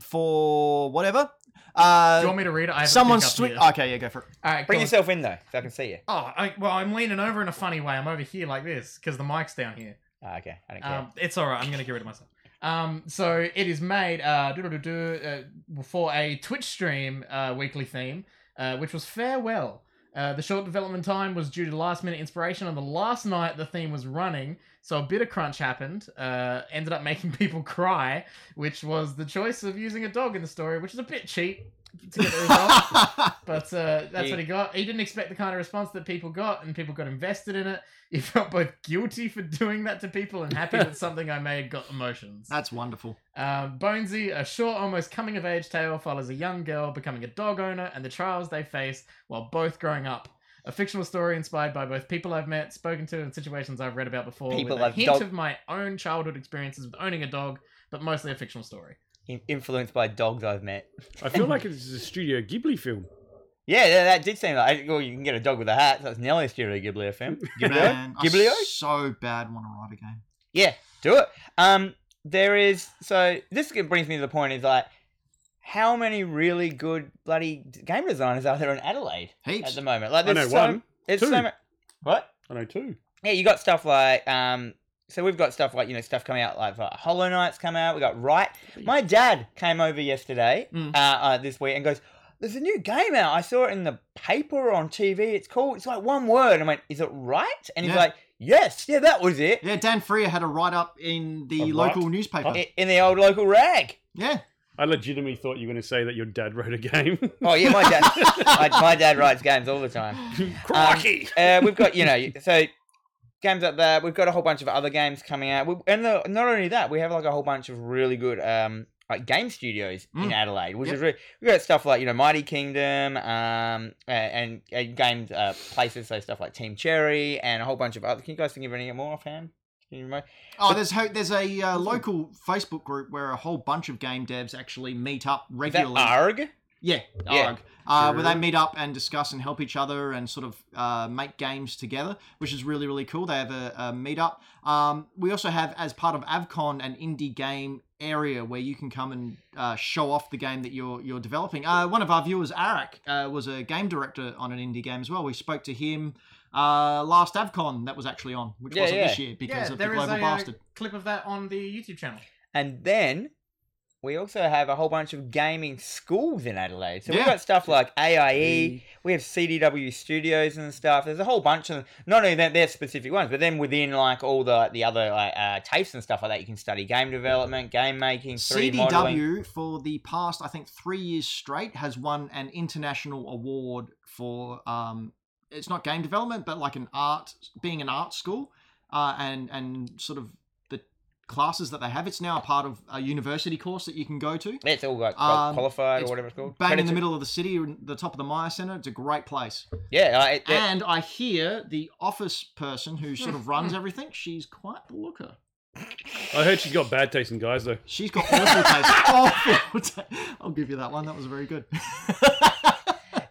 S1: for whatever.
S4: Do you
S1: Uh,
S4: want me to read it? I have
S1: someone's. uh,
S4: Swi-
S1: Swi- okay, yeah, go for it.
S4: Alright,
S2: bring
S4: cool.
S2: yourself in though, so I can see you.
S4: Oh, I, well, I'm leaning over in a funny way. I'm over here like this because the mic's down here.
S2: Ah, okay, I don't care.
S4: Um, it's all right. I'm going to get rid of myself. Um, so it is made uh, doo-doo-doo-doo, uh, for a Twitch stream uh, weekly theme, uh, which was farewell. Uh, the short development time was due to last minute inspiration on the last night the theme was running, so a bit of crunch happened. Uh, ended up making people cry, which was the choice of using a dog in the story, which is a bit cheap to get the result. But uh, that's
S2: He-
S4: what he got. He didn't expect the kind of response that people got, and people got invested in it. He felt both guilty for doing that to people and happy that something I made got emotions.
S2: Uh,
S1: That's wonderful.
S4: Um, Bonesy, a short, almost coming of age tale, follows a young girl becoming a dog owner and the trials they face while both growing up. A fictional story inspired by both people I've met, spoken to, and situations I've read about before,
S2: People
S4: with a
S2: I've
S4: hint
S2: dog-
S4: of my own childhood experiences with owning a dog, but mostly a fictional story.
S2: In- influenced by dogs I've met.
S3: I feel like it's a Studio Ghibli film.
S2: Yeah, yeah, that did seem like. Well, you can get a dog with a hat. So that's Nelly Studio Ghibli FM. Ghibli?
S1: Man, I
S2: Ghibli?
S1: so bad want to write a game.
S2: Yeah, do it. Um, there is. So this brings me to the point is like, how many really good bloody game designers are there in Adelaide at
S1: Heaps.
S2: the moment? Like,
S3: I
S2: there's
S3: know
S2: so,
S3: one.
S2: There's
S3: two.
S2: so much. What?
S3: I know two.
S2: Yeah, you got stuff like um. So we've got stuff like you know stuff coming out like uh, Hollow Knight's come out. We got Right. My dad came over yesterday,
S1: Mm.
S2: uh, uh, this week, and goes, "There's a new game out. I saw it in the paper or on TV. It's called. It's like one word." And I went, "Is it right?" And he's
S1: Yeah.
S2: like, "Yes, yeah, that was it."
S1: Yeah, Dan Freer had a write up in the
S3: A
S1: local
S3: write-up?
S1: newspaper.
S2: I- In the old local rag.
S1: yeah.
S3: I legitimately thought you were going to say that your dad wrote a game.
S2: Oh yeah, my dad. my, my dad writes games all the time.
S3: Crikey!
S2: uh, we've got you know so games like that. We've got a whole bunch of other games coming out, We- and the, not only that, we have like a whole bunch of really good um like game studios in
S1: Mm.
S2: Adelaide, which
S1: Yep.
S2: is really we got stuff like you know Mighty Kingdom, um a- and, and games uh, places so stuff like Team Cherry and a whole bunch of other. Can you guys think of any more offhand? Can you remind-
S1: Oh, there's ho- there's a uh, local Facebook group where a whole bunch of game devs actually meet up
S2: Is that
S1: regularly.
S2: Arg?
S1: Yeah,
S2: Yeah.
S1: ARG. Uh, where they
S3: Sure.
S1: meet up and discuss and help each other and sort of uh, make games together, which is really, really cool. They have a, a meetup. Um, we also have, as part of Avcon, an indie game area where you can come and uh, show off the game that you're you're developing. Uh, one of our viewers, Arak, uh, was a game director on an indie game as well. We spoke to him uh, last Avcon that was actually on, which
S2: Yeah,
S1: wasn't
S2: yeah.
S1: this year because
S4: yeah,
S1: of the
S4: there is
S1: global
S4: a uh,
S1: bastard.
S4: clip of that on the YouTube channel.
S2: And then we also have a whole bunch of gaming schools in Adelaide. So
S1: Yeah.
S2: we've got stuff like E, AIE, we have CDW studios and stuff. There's a whole bunch of not only that they're specific ones, but then within like all the the other like uh, TAFEs and stuff like that, you can study game development, game making, 3D
S1: CDW
S2: modeling.
S1: for the past, I think, three years straight has won an international award for um, it's not game development, but like an art, being an art school, uh, and and sort of the classes that they have. It's now a part of a university course that you can go to.
S2: It's all like qual-
S1: Um,
S2: qualified or
S1: it's
S2: whatever it's called.
S1: Bang in the
S2: Predator-
S1: middle of the city, in the top of the Maya Center. It's a great place.
S2: Yeah, like, it- it-
S1: And I hear the office person who sort of runs everything. She's quite the looker.
S3: I heard she's got bad taste in guys though.
S1: She's got awful taste. Awful taste. I'll give you that one. That was very good.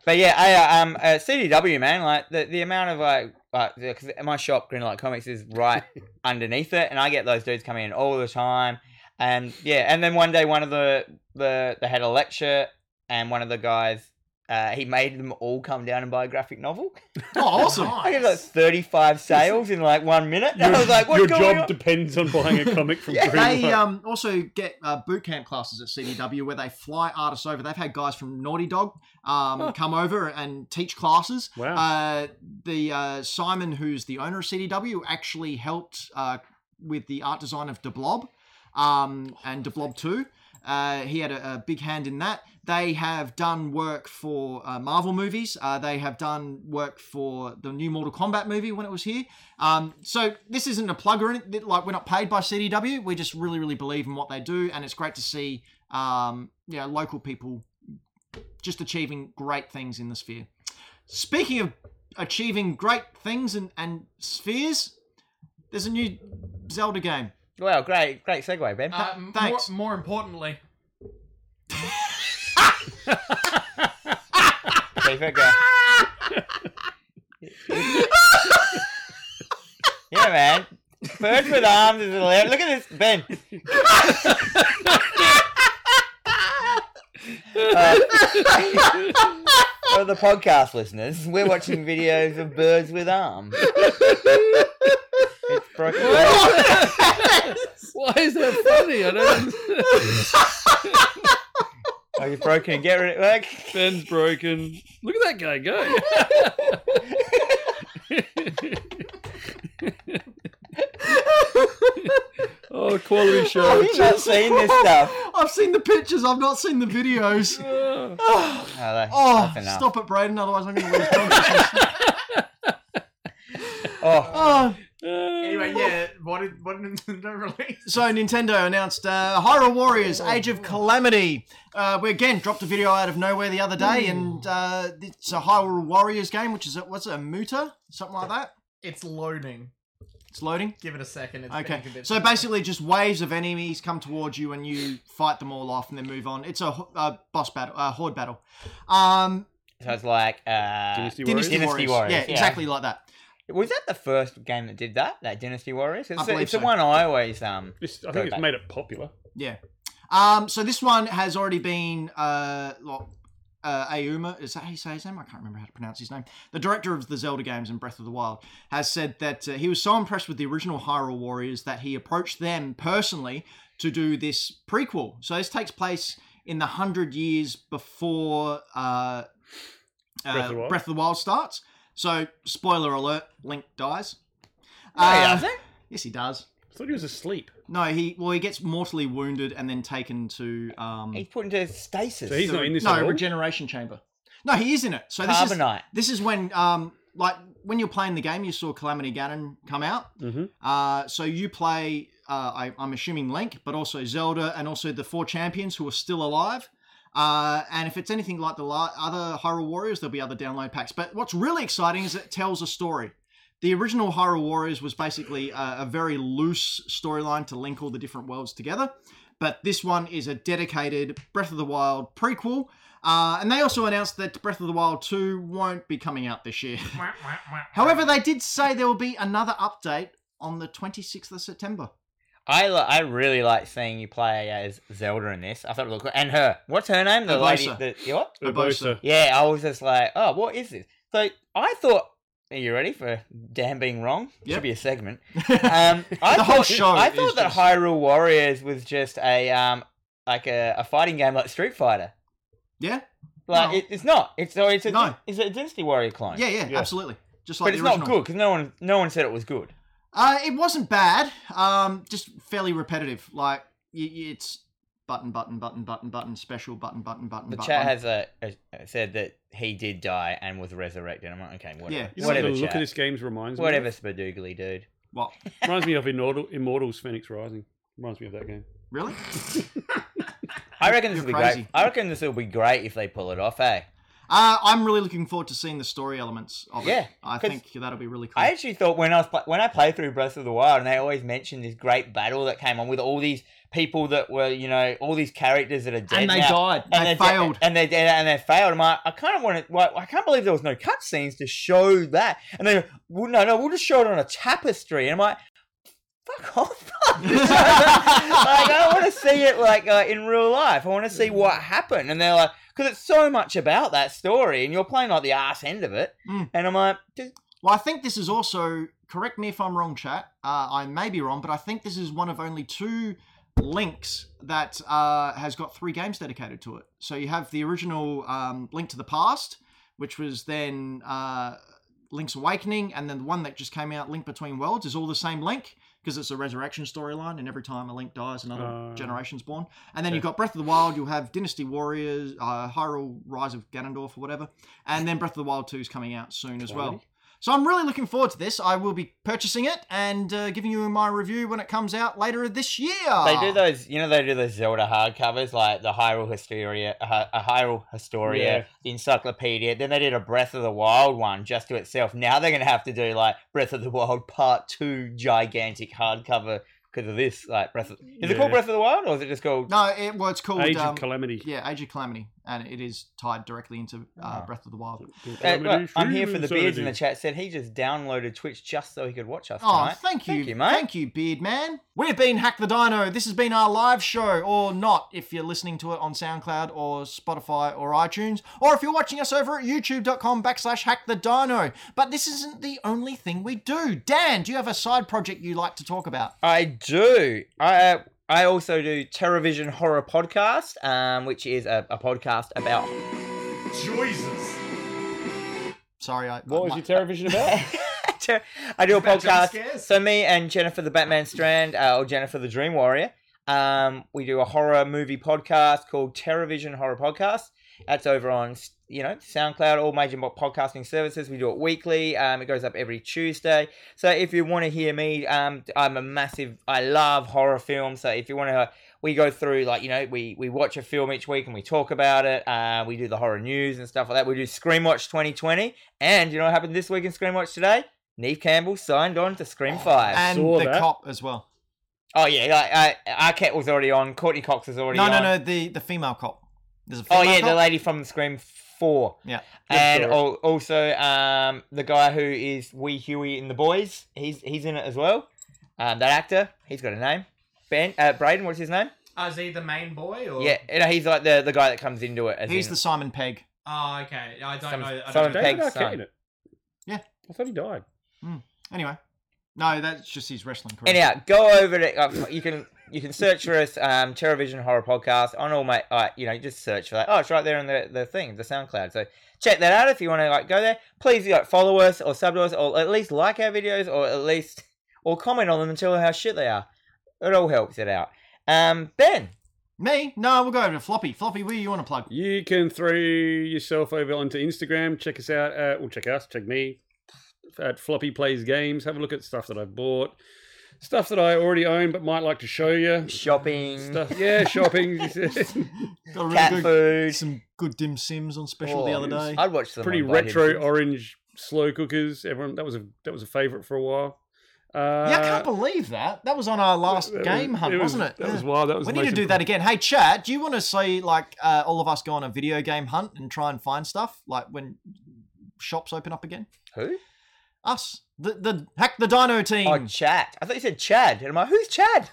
S2: But yeah, I, uh, um, uh, CDW man, like the, the amount of like, like the- 'cause my shop, Greenlight Comics, is right underneath it, and I get those dudes coming in all the time, and yeah, and then one day one of the the they had a lecture, and one of the guys, uh, he made them all come down and buy a graphic novel.
S1: oh, awesome.
S2: I did like thirty five sales in like one minute, and I was like, what's
S3: your
S2: going
S3: job
S2: on?
S3: depends on buying a comic from
S2: Yeah.
S3: Greenlight.
S1: They um, also get uh, boot camp classes at CDW where they fly artists over. They've had guys from Naughty Dog um,
S3: Huh.
S1: come over and teach classes.
S3: wow.
S1: Uh, the uh, Simon, who's the owner of CDW, actually helped uh, with the art design of De Blob um, and De Blob 2. Uh, he had a, a big hand in that. They have done work for uh, Marvel movies. Uh, they have done work for the new Mortal Kombat movie when it was here. Um, so this isn't a plug or anything. Like we're not paid by CDW. We just really, really believe in what they do, and it's great to see um, you know, local people just achieving great things in the sphere. Speaking of achieving great things and, and spheres, there's a new Zelda game.
S2: Wow, great, great segue, Ben.
S4: Uh, m-
S1: Thanks.
S4: More, more importantly,
S2: Keep it going. yeah, man. Birds with arms is hilarious. Look at this, Ben. Uh, for the podcast listeners, we're watching videos of birds with arms. It's broken.
S5: Why is that funny? I don't.
S2: Oh, you're broken. Get rid of like,
S5: Ben's broken. Look at that guy go. oh, quality
S2: Have
S5: show.
S2: you not seen this stuff?
S1: I've seen the pictures. I've not seen the videos.
S5: Oh,
S1: Oh,
S2: Oh, that-
S1: oh,
S2: that's enough.
S1: stop it, Braden. Otherwise, I'm going to lose consciousness.
S2: Oh,
S1: Oh.
S4: anyway, yeah. What did what did Nintendo release?
S1: So Nintendo announced uh, Hyrule Warriors: Age of Calamity. Uh, we again dropped a video out of nowhere the other day, and uh, it's a Hyrule Warriors game, which is a, what's it, a Muta, something like that.
S4: It's loading.
S1: It's loading.
S4: Give it a second. It's
S1: Okay,
S4: being a bit-
S1: so basically, just waves of enemies come towards you, and you fight them all off, and then move on. It's a, ho- a boss battle, a horde battle. Um,
S2: so it's like uh,
S3: Dynasty Warriors.
S1: Dynasty,
S2: Dynasty
S1: Warriors.
S2: Warriors,
S1: yeah,
S2: yeah.
S1: exactly like that.
S2: Was that the first game that did that? That Dynasty Warriors? It's, the,
S1: believe
S2: it's the
S1: so.
S2: one I always um.
S3: This, I
S2: Go
S3: think it's
S2: back.
S3: made it popular.
S1: Yeah. Um, so this one has already been uh, lo- uh, Auma, is that how you say his name? I can't remember how to pronounce his name. The director of the Zelda games and Breath of the Wild has said that uh, he was so impressed with the original Hyrule Warriors that he approached them personally to do this prequel. So this takes place in the hundred years before uh, uh,
S3: Breath of the Wild?
S1: Breath of the Wild starts. So spoiler alert: Link dies.
S2: No,
S3: Oh,
S2: he
S1: Uh,
S2: doesn't.
S1: yes, he does.
S3: I thought he was asleep.
S1: No, he well he gets mortally wounded and then taken to um
S2: He's put into stasis.
S3: So he's not in this
S1: no
S3: at all?
S1: regeneration chamber. No, he is in it. So this is
S2: carbonite.
S1: this is when um like when you're playing the game, you saw Calamity Ganon come out.
S3: Mm-hmm.
S1: Uh, so you play uh, I, I'm assuming Link, but also Zelda and also the four champions who are still alive. Uh, and if it's anything like the la- other Hyrule Warriors, there'll be other download packs. But what's really exciting is it tells a story. The original Hyrule Warriors was basically a, a very loose storyline to link all the different worlds together. But this one is a dedicated Breath of the Wild prequel. Uh, and they also announced that Breath of the Wild 2 won't be coming out this year.
S4: Mwah, mwah, mwah.
S1: However, they did say there will be another update on the 26th of September.
S2: I li- I really like seeing you play as Zelda in this. I thought it looked cool. And her. What's her name? The lady.
S1: Urbosa.
S2: The, you what?
S1: Urbosa.
S2: Yeah, I was just like, oh, what is this? So I thought. Are you ready for damn being wrong?
S1: Yep.
S2: Should be a segment. Um, I
S1: The
S2: thought,
S1: whole show
S2: I
S1: is
S2: thought that
S1: just-
S2: Hyrule Warriors was just a um like a, a fighting game like Street Fighter.
S1: Yeah?
S2: Like
S1: No.
S2: it, it's not. It's so it's a
S1: No.
S2: it's a Dynasty Warrior clone.
S1: Yeah, yeah,
S3: Yeah.
S1: absolutely. Just like
S2: but it's
S1: the original.
S2: not good because no one no one said it was good.
S1: Uh, it wasn't bad. Um, just fairly repetitive. Like y- y- it's button, button, button, button, button, special button, button, button.
S2: The
S1: button.
S2: chat has a, a- said that he did die and was resurrected. I'm like, okay,
S1: Yeah.
S2: whatever.
S3: You know what
S2: whatever.
S3: the look
S2: chat.
S3: of this game's reminds
S2: whatever,
S3: me of?
S2: spadoogly dude.
S1: what?
S3: Reminds me of Immortal, Immortals Phoenix Rising. Reminds me of that game.
S1: Really?
S2: I reckon this
S1: You're
S2: will be
S1: crazy.
S2: great. I reckon this will be great if they pull it off. eh? Hey,
S1: Uh, I'm really looking forward to seeing the story elements of
S2: Yeah,
S1: it. I
S2: 'cause
S1: think that'll be really cool.
S2: I actually thought when I was pl- when I played through Breath of the Wild, and they always mentioned this great battle that came on with all these people that were, you know, all these characters that are dead
S1: and they
S2: now.
S1: died. they
S2: they're dead-
S1: failed.
S2: and they did, and they failed. I'm like, I kind of wanted. Well, I can't believe there was no cutscenes to show that. And they, well, no, no, we'll just show it on a tapestry. And I'm like, fuck off. like, I want to see it like uh, in real life. I want to see what happened. And they're like, because it's so much about that story, and you're playing like the ass end of it.
S1: Mm.
S2: And I'm like, just,
S1: Well, I think this is also correct me if I'm wrong, chat. Uh, I may be wrong, but I think this is one of only two links that uh, has got three games dedicated to it. So you have the original um, Link to the Past, which was then uh, Link's Awakening, and then the one that just came out, Link Between Worlds, is all the same Link because it's a resurrection storyline, and every time a Link dies, another
S3: Oh.
S1: generation's born. And then
S3: Okay.
S1: you've got Breath of the Wild. You'll have Dynasty Warriors, uh, Hyrule Rise of Ganondorf, or whatever, and then Breath of the Wild Two is coming out soon as well. So I'm really looking forward to this. I will be purchasing it and uh, giving you my review when it comes out later this year.
S2: they do those, you know, they do those Zelda hardcovers like the Hyrule Historia, Hy- a Hyrule Historia,
S3: Yeah.
S2: the Encyclopedia. Then they did a Breath of the Wild one just to itself. Now they're gonna have to do like Breath of the Wild Part Two gigantic hardcover because of this. Like Breath, of, is it
S3: Yeah.
S2: called Breath of the Wild or is it just called?
S1: No, it well, it's called
S3: Age
S1: um,
S3: of Calamity.
S1: yeah, Age of Calamity, and it is tied directly into uh,
S2: Ah.
S1: Breath of the Wild.
S2: Uh,
S3: Calamity
S2: look, I'm here for the
S3: Insanity.
S2: beards in the chat. Said he just downloaded Twitch just so he could watch us
S1: Oh,
S2: tonight.
S1: thank you,
S2: Thank you, mate.
S1: thank you, Beard Man. We've been Hack the Dino. This has been our live show, or not, if you're listening to it on SoundCloud or Spotify or iTunes, or if you're watching us over at youtube.com backslash hack the dino. But this isn't the only thing we do. Dan, do you have a side project you like to talk about?
S2: I do. I uh, I also do Terrorvision Horror Podcast, um, which is a, a podcast about
S4: Jesus.
S1: Sorry, I
S3: What was
S1: my-
S3: your television about?
S2: Ter- I do a
S4: About jump
S2: podcast.
S4: scares?
S2: So me and Jennifer the Batman Strand, uh, or Jennifer the Dream Warrior, um, we do a horror movie podcast called Terrorvision Horror Podcast. That's over on you know SoundCloud, all major mo- podcasting services. We do it weekly. Um, it goes up every Tuesday. So if you want to hear me, um, I'm a massive. I love horror films. So if you want to, we go through like you know we we watch a film each week and we talk about it. Uh, we do the horror news and stuff like that. We do Scream Watch 2020, and you know what happened this week in Scream Watch today? Neve Campbell signed on to Scream Five.
S1: and
S3: saw
S1: the
S3: that.
S1: cop as well.
S2: oh yeah, like, uh, Arquette was already on. Courtney Cox was already
S1: No,
S2: on.
S1: no, no, the the female cop. There's a female
S2: Oh yeah,
S1: cop.
S2: the lady from Scream Four.
S1: Yeah.
S2: and
S3: Good
S2: al- also um, the guy who is Wee Huey in The Boys. He's he's in it as well. Um, that actor, he's got a name. Ben uh, Braden, what's his name?
S4: Uh, is he the main boy or?
S2: Yeah, you know, he's like the, the guy that comes into it. As
S1: He's
S2: in-
S1: Oh. the Simon Pegg.
S4: Oh, okay. I don't
S2: Some-
S4: know.
S2: some
S4: I don't
S2: of
S4: know.
S2: Peg's
S3: David Arquette
S2: son.
S3: in it.
S1: Yeah.
S3: I thought he died.
S1: Anyway, no, that's just his wrestling career.
S2: anyhow. Go over to uh, you can you can search for us um, Terrorvision Horror Podcast on all my uh, you know just search for that. Oh, it's right there in the the thing the SoundCloud. So check that out if you want to like go there. Please like follow us or sub to us or at least like our videos or at least or comment on them and tell how shit they are. It all helps it out. Um, Ben,
S1: Me? No, we'll go over to Floppy. Floppy, where you want to plug?
S3: You can throw yourself over onto Instagram. Check us out. At, well, check us. Check me at Floppy Plays Games. Have a look at stuff that I've bought, stuff that I already own but might like to show you.
S1: Mm.
S2: shopping,
S3: Stuff, yeah, shopping.
S1: Got a really
S2: cat
S1: good,
S2: food.
S1: some good dim sims on special the
S2: Oh,
S1: other day.
S2: I'd watch them.
S3: pretty
S2: on Blood
S3: retro
S2: Hidden Things.
S3: orange slow cookers. Everyone that was a that was a favorite for a while. Uh,
S1: yeah, I can't believe that. That was on our last
S3: that
S1: game
S3: was-
S1: hunt,
S3: was-
S1: wasn't it?
S3: That
S1: Yeah.
S3: was wild. That was
S1: we
S3: the
S1: need to
S3: most
S1: do that again. Hey, Chad, do you want to see like uh, all of us go on a video game hunt and try and find stuff like when shops open up again?
S2: Who?
S1: Us, the the hack the dino team.
S2: Oh, Chad. I thought you said Chad. And I'm like, who's Chad?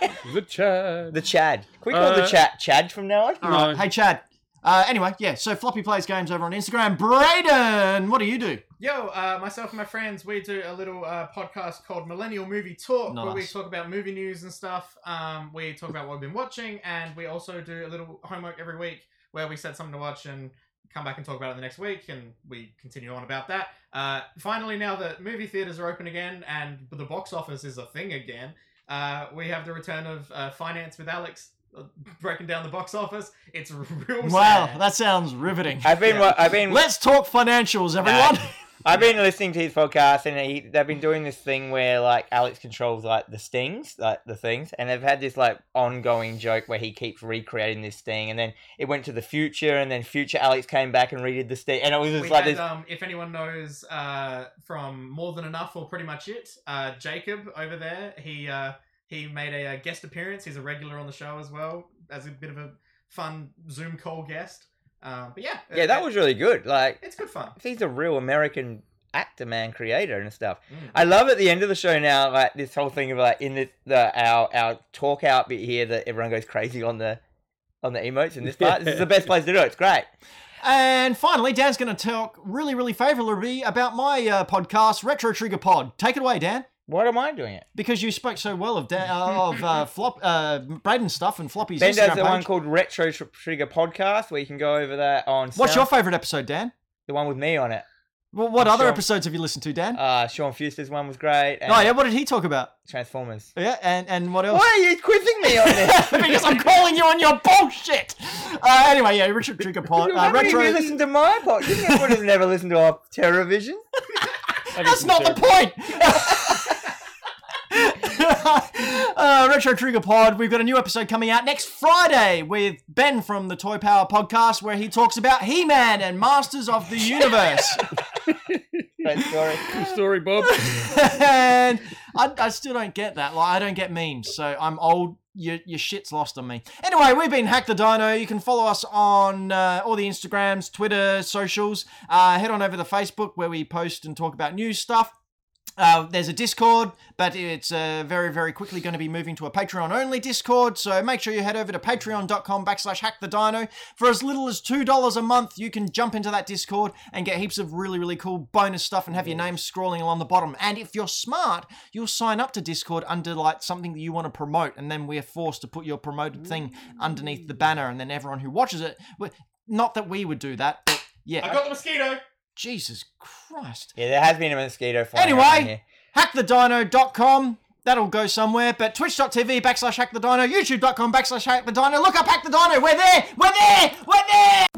S3: imp- The chat.
S2: The Chad. Can we call the
S3: Uh,
S2: Chad Chad from now on?
S1: All right.
S3: No.
S1: Hey, Chad. Uh, anyway, yeah. So Floppy plays games over on Instagram. Brayden, what do you do?
S4: Yo, uh, myself and my friends, we do a little uh, podcast called Millennial Movie Talk, where we
S1: Nice.
S4: talk about movie news and stuff. Um, we talk about what we've been watching, and we also do a little homework every week where we set something to watch and come back and talk about it the next week, and we continue on about that. Uh, finally, now that movie theaters are open again and the box office is a thing again, uh, we have the return of uh, Finance with Alex uh, breaking down the box office. It's real
S1: Wow,
S4: sad.
S1: that sounds riveting.
S2: I've been, wa- I've been,
S1: Let's talk financials, everyone.
S2: I've been listening to his podcast, and he, they've been doing this thing where like Alex controls like the stings, like the things, and they've had this like ongoing joke where he keeps recreating this sting, and then it went to the future, and then future Alex came back and redid the sting, and it was just
S4: we
S2: like
S4: had,
S2: this.
S4: um, if anyone knows uh, from More Than Enough or pretty much it, uh, Jacob over there, he uh, he made a, uh guest appearance. He's a regular on the show as well, as a bit of a fun Zoom call guest. Um, but yeah,
S2: yeah,
S4: it-
S2: that was really good. Like
S4: it's good fun.
S2: he's a real American actor, man, creator, and stuff.
S4: Mm.
S2: I love at the end of the show now, like this whole thing of like in the, the our our talk out bit here that everyone goes crazy on the on the emotes in this part. This is the best place to do it. It's great.
S1: and finally, Dan's going to talk really, really favourably about my uh, podcast, Retro Trigger Pod. Take it away, Dan.
S2: Why am I doing it?
S1: Because you spoke so well of Dan, uh, of uh, Flop, uh, Braden stuff and Floppy's
S2: Ben
S1: Instagram
S2: does the one
S1: page.
S2: called Retro Tr- Trigger Podcast, where you can go over that on.
S1: What's your
S2: Sound-
S1: favourite episode, Dan?
S2: the one with me on it?
S1: Well, what other
S2: Sure.
S1: episodes have you listened to, Dan?
S2: Uh, Sean Fuster's one was great. And
S1: oh yeah, what did he talk about?
S2: Transformers.
S1: Yeah, and and what else?
S2: Why are you quizzing me on this?
S1: because I'm calling you on your bullshit. Uh, anyway, yeah, Richard Trigger Pod, uh,
S2: How many
S1: retro.
S2: of you listen to my podcast? You would have never listened to our television.
S1: That's not the point. uh, Retro Trigger Pod, we've got a new episode coming out next Friday with Ben from the Toy Power podcast, where he talks about He Man and Masters of the Universe.
S2: Great story.
S5: Story, Bob.
S1: and I, I still don't get that. Like, I don't get memes, so I'm old. Your, your shit's lost on me. Anyway, we've been Hack the Dino. You can follow us on uh, all the Instagrams, Twitter, socials. Uh, head on over to Facebook where we post and talk about new stuff. Uh, there's a Discord, but it's uh, very, very quickly going to be moving to a Patreon only Discord. So make sure you head over to patreon.com backslash hack the dino. For as little as $2 a month, you can jump into that Discord and get heaps of really, really cool bonus stuff and have your name scrolling along the bottom. And if you're smart, you'll sign up to Discord under like something that you want to promote. And then we're forced to put your promoted thing underneath the banner. And then everyone who watches it, well, not that we would do that, but yeah.
S4: I got the mosquito.
S1: Jesus Christ
S2: Yeah, there has been a mosquito flying
S1: Anyway.
S2: around here.
S1: hackthedino.com. That'll go somewhere, but twitch.tv backslash hackthedino, youtube.com backslash hackthedino. Look up Hack the Dino. We're there! We're there! We're there!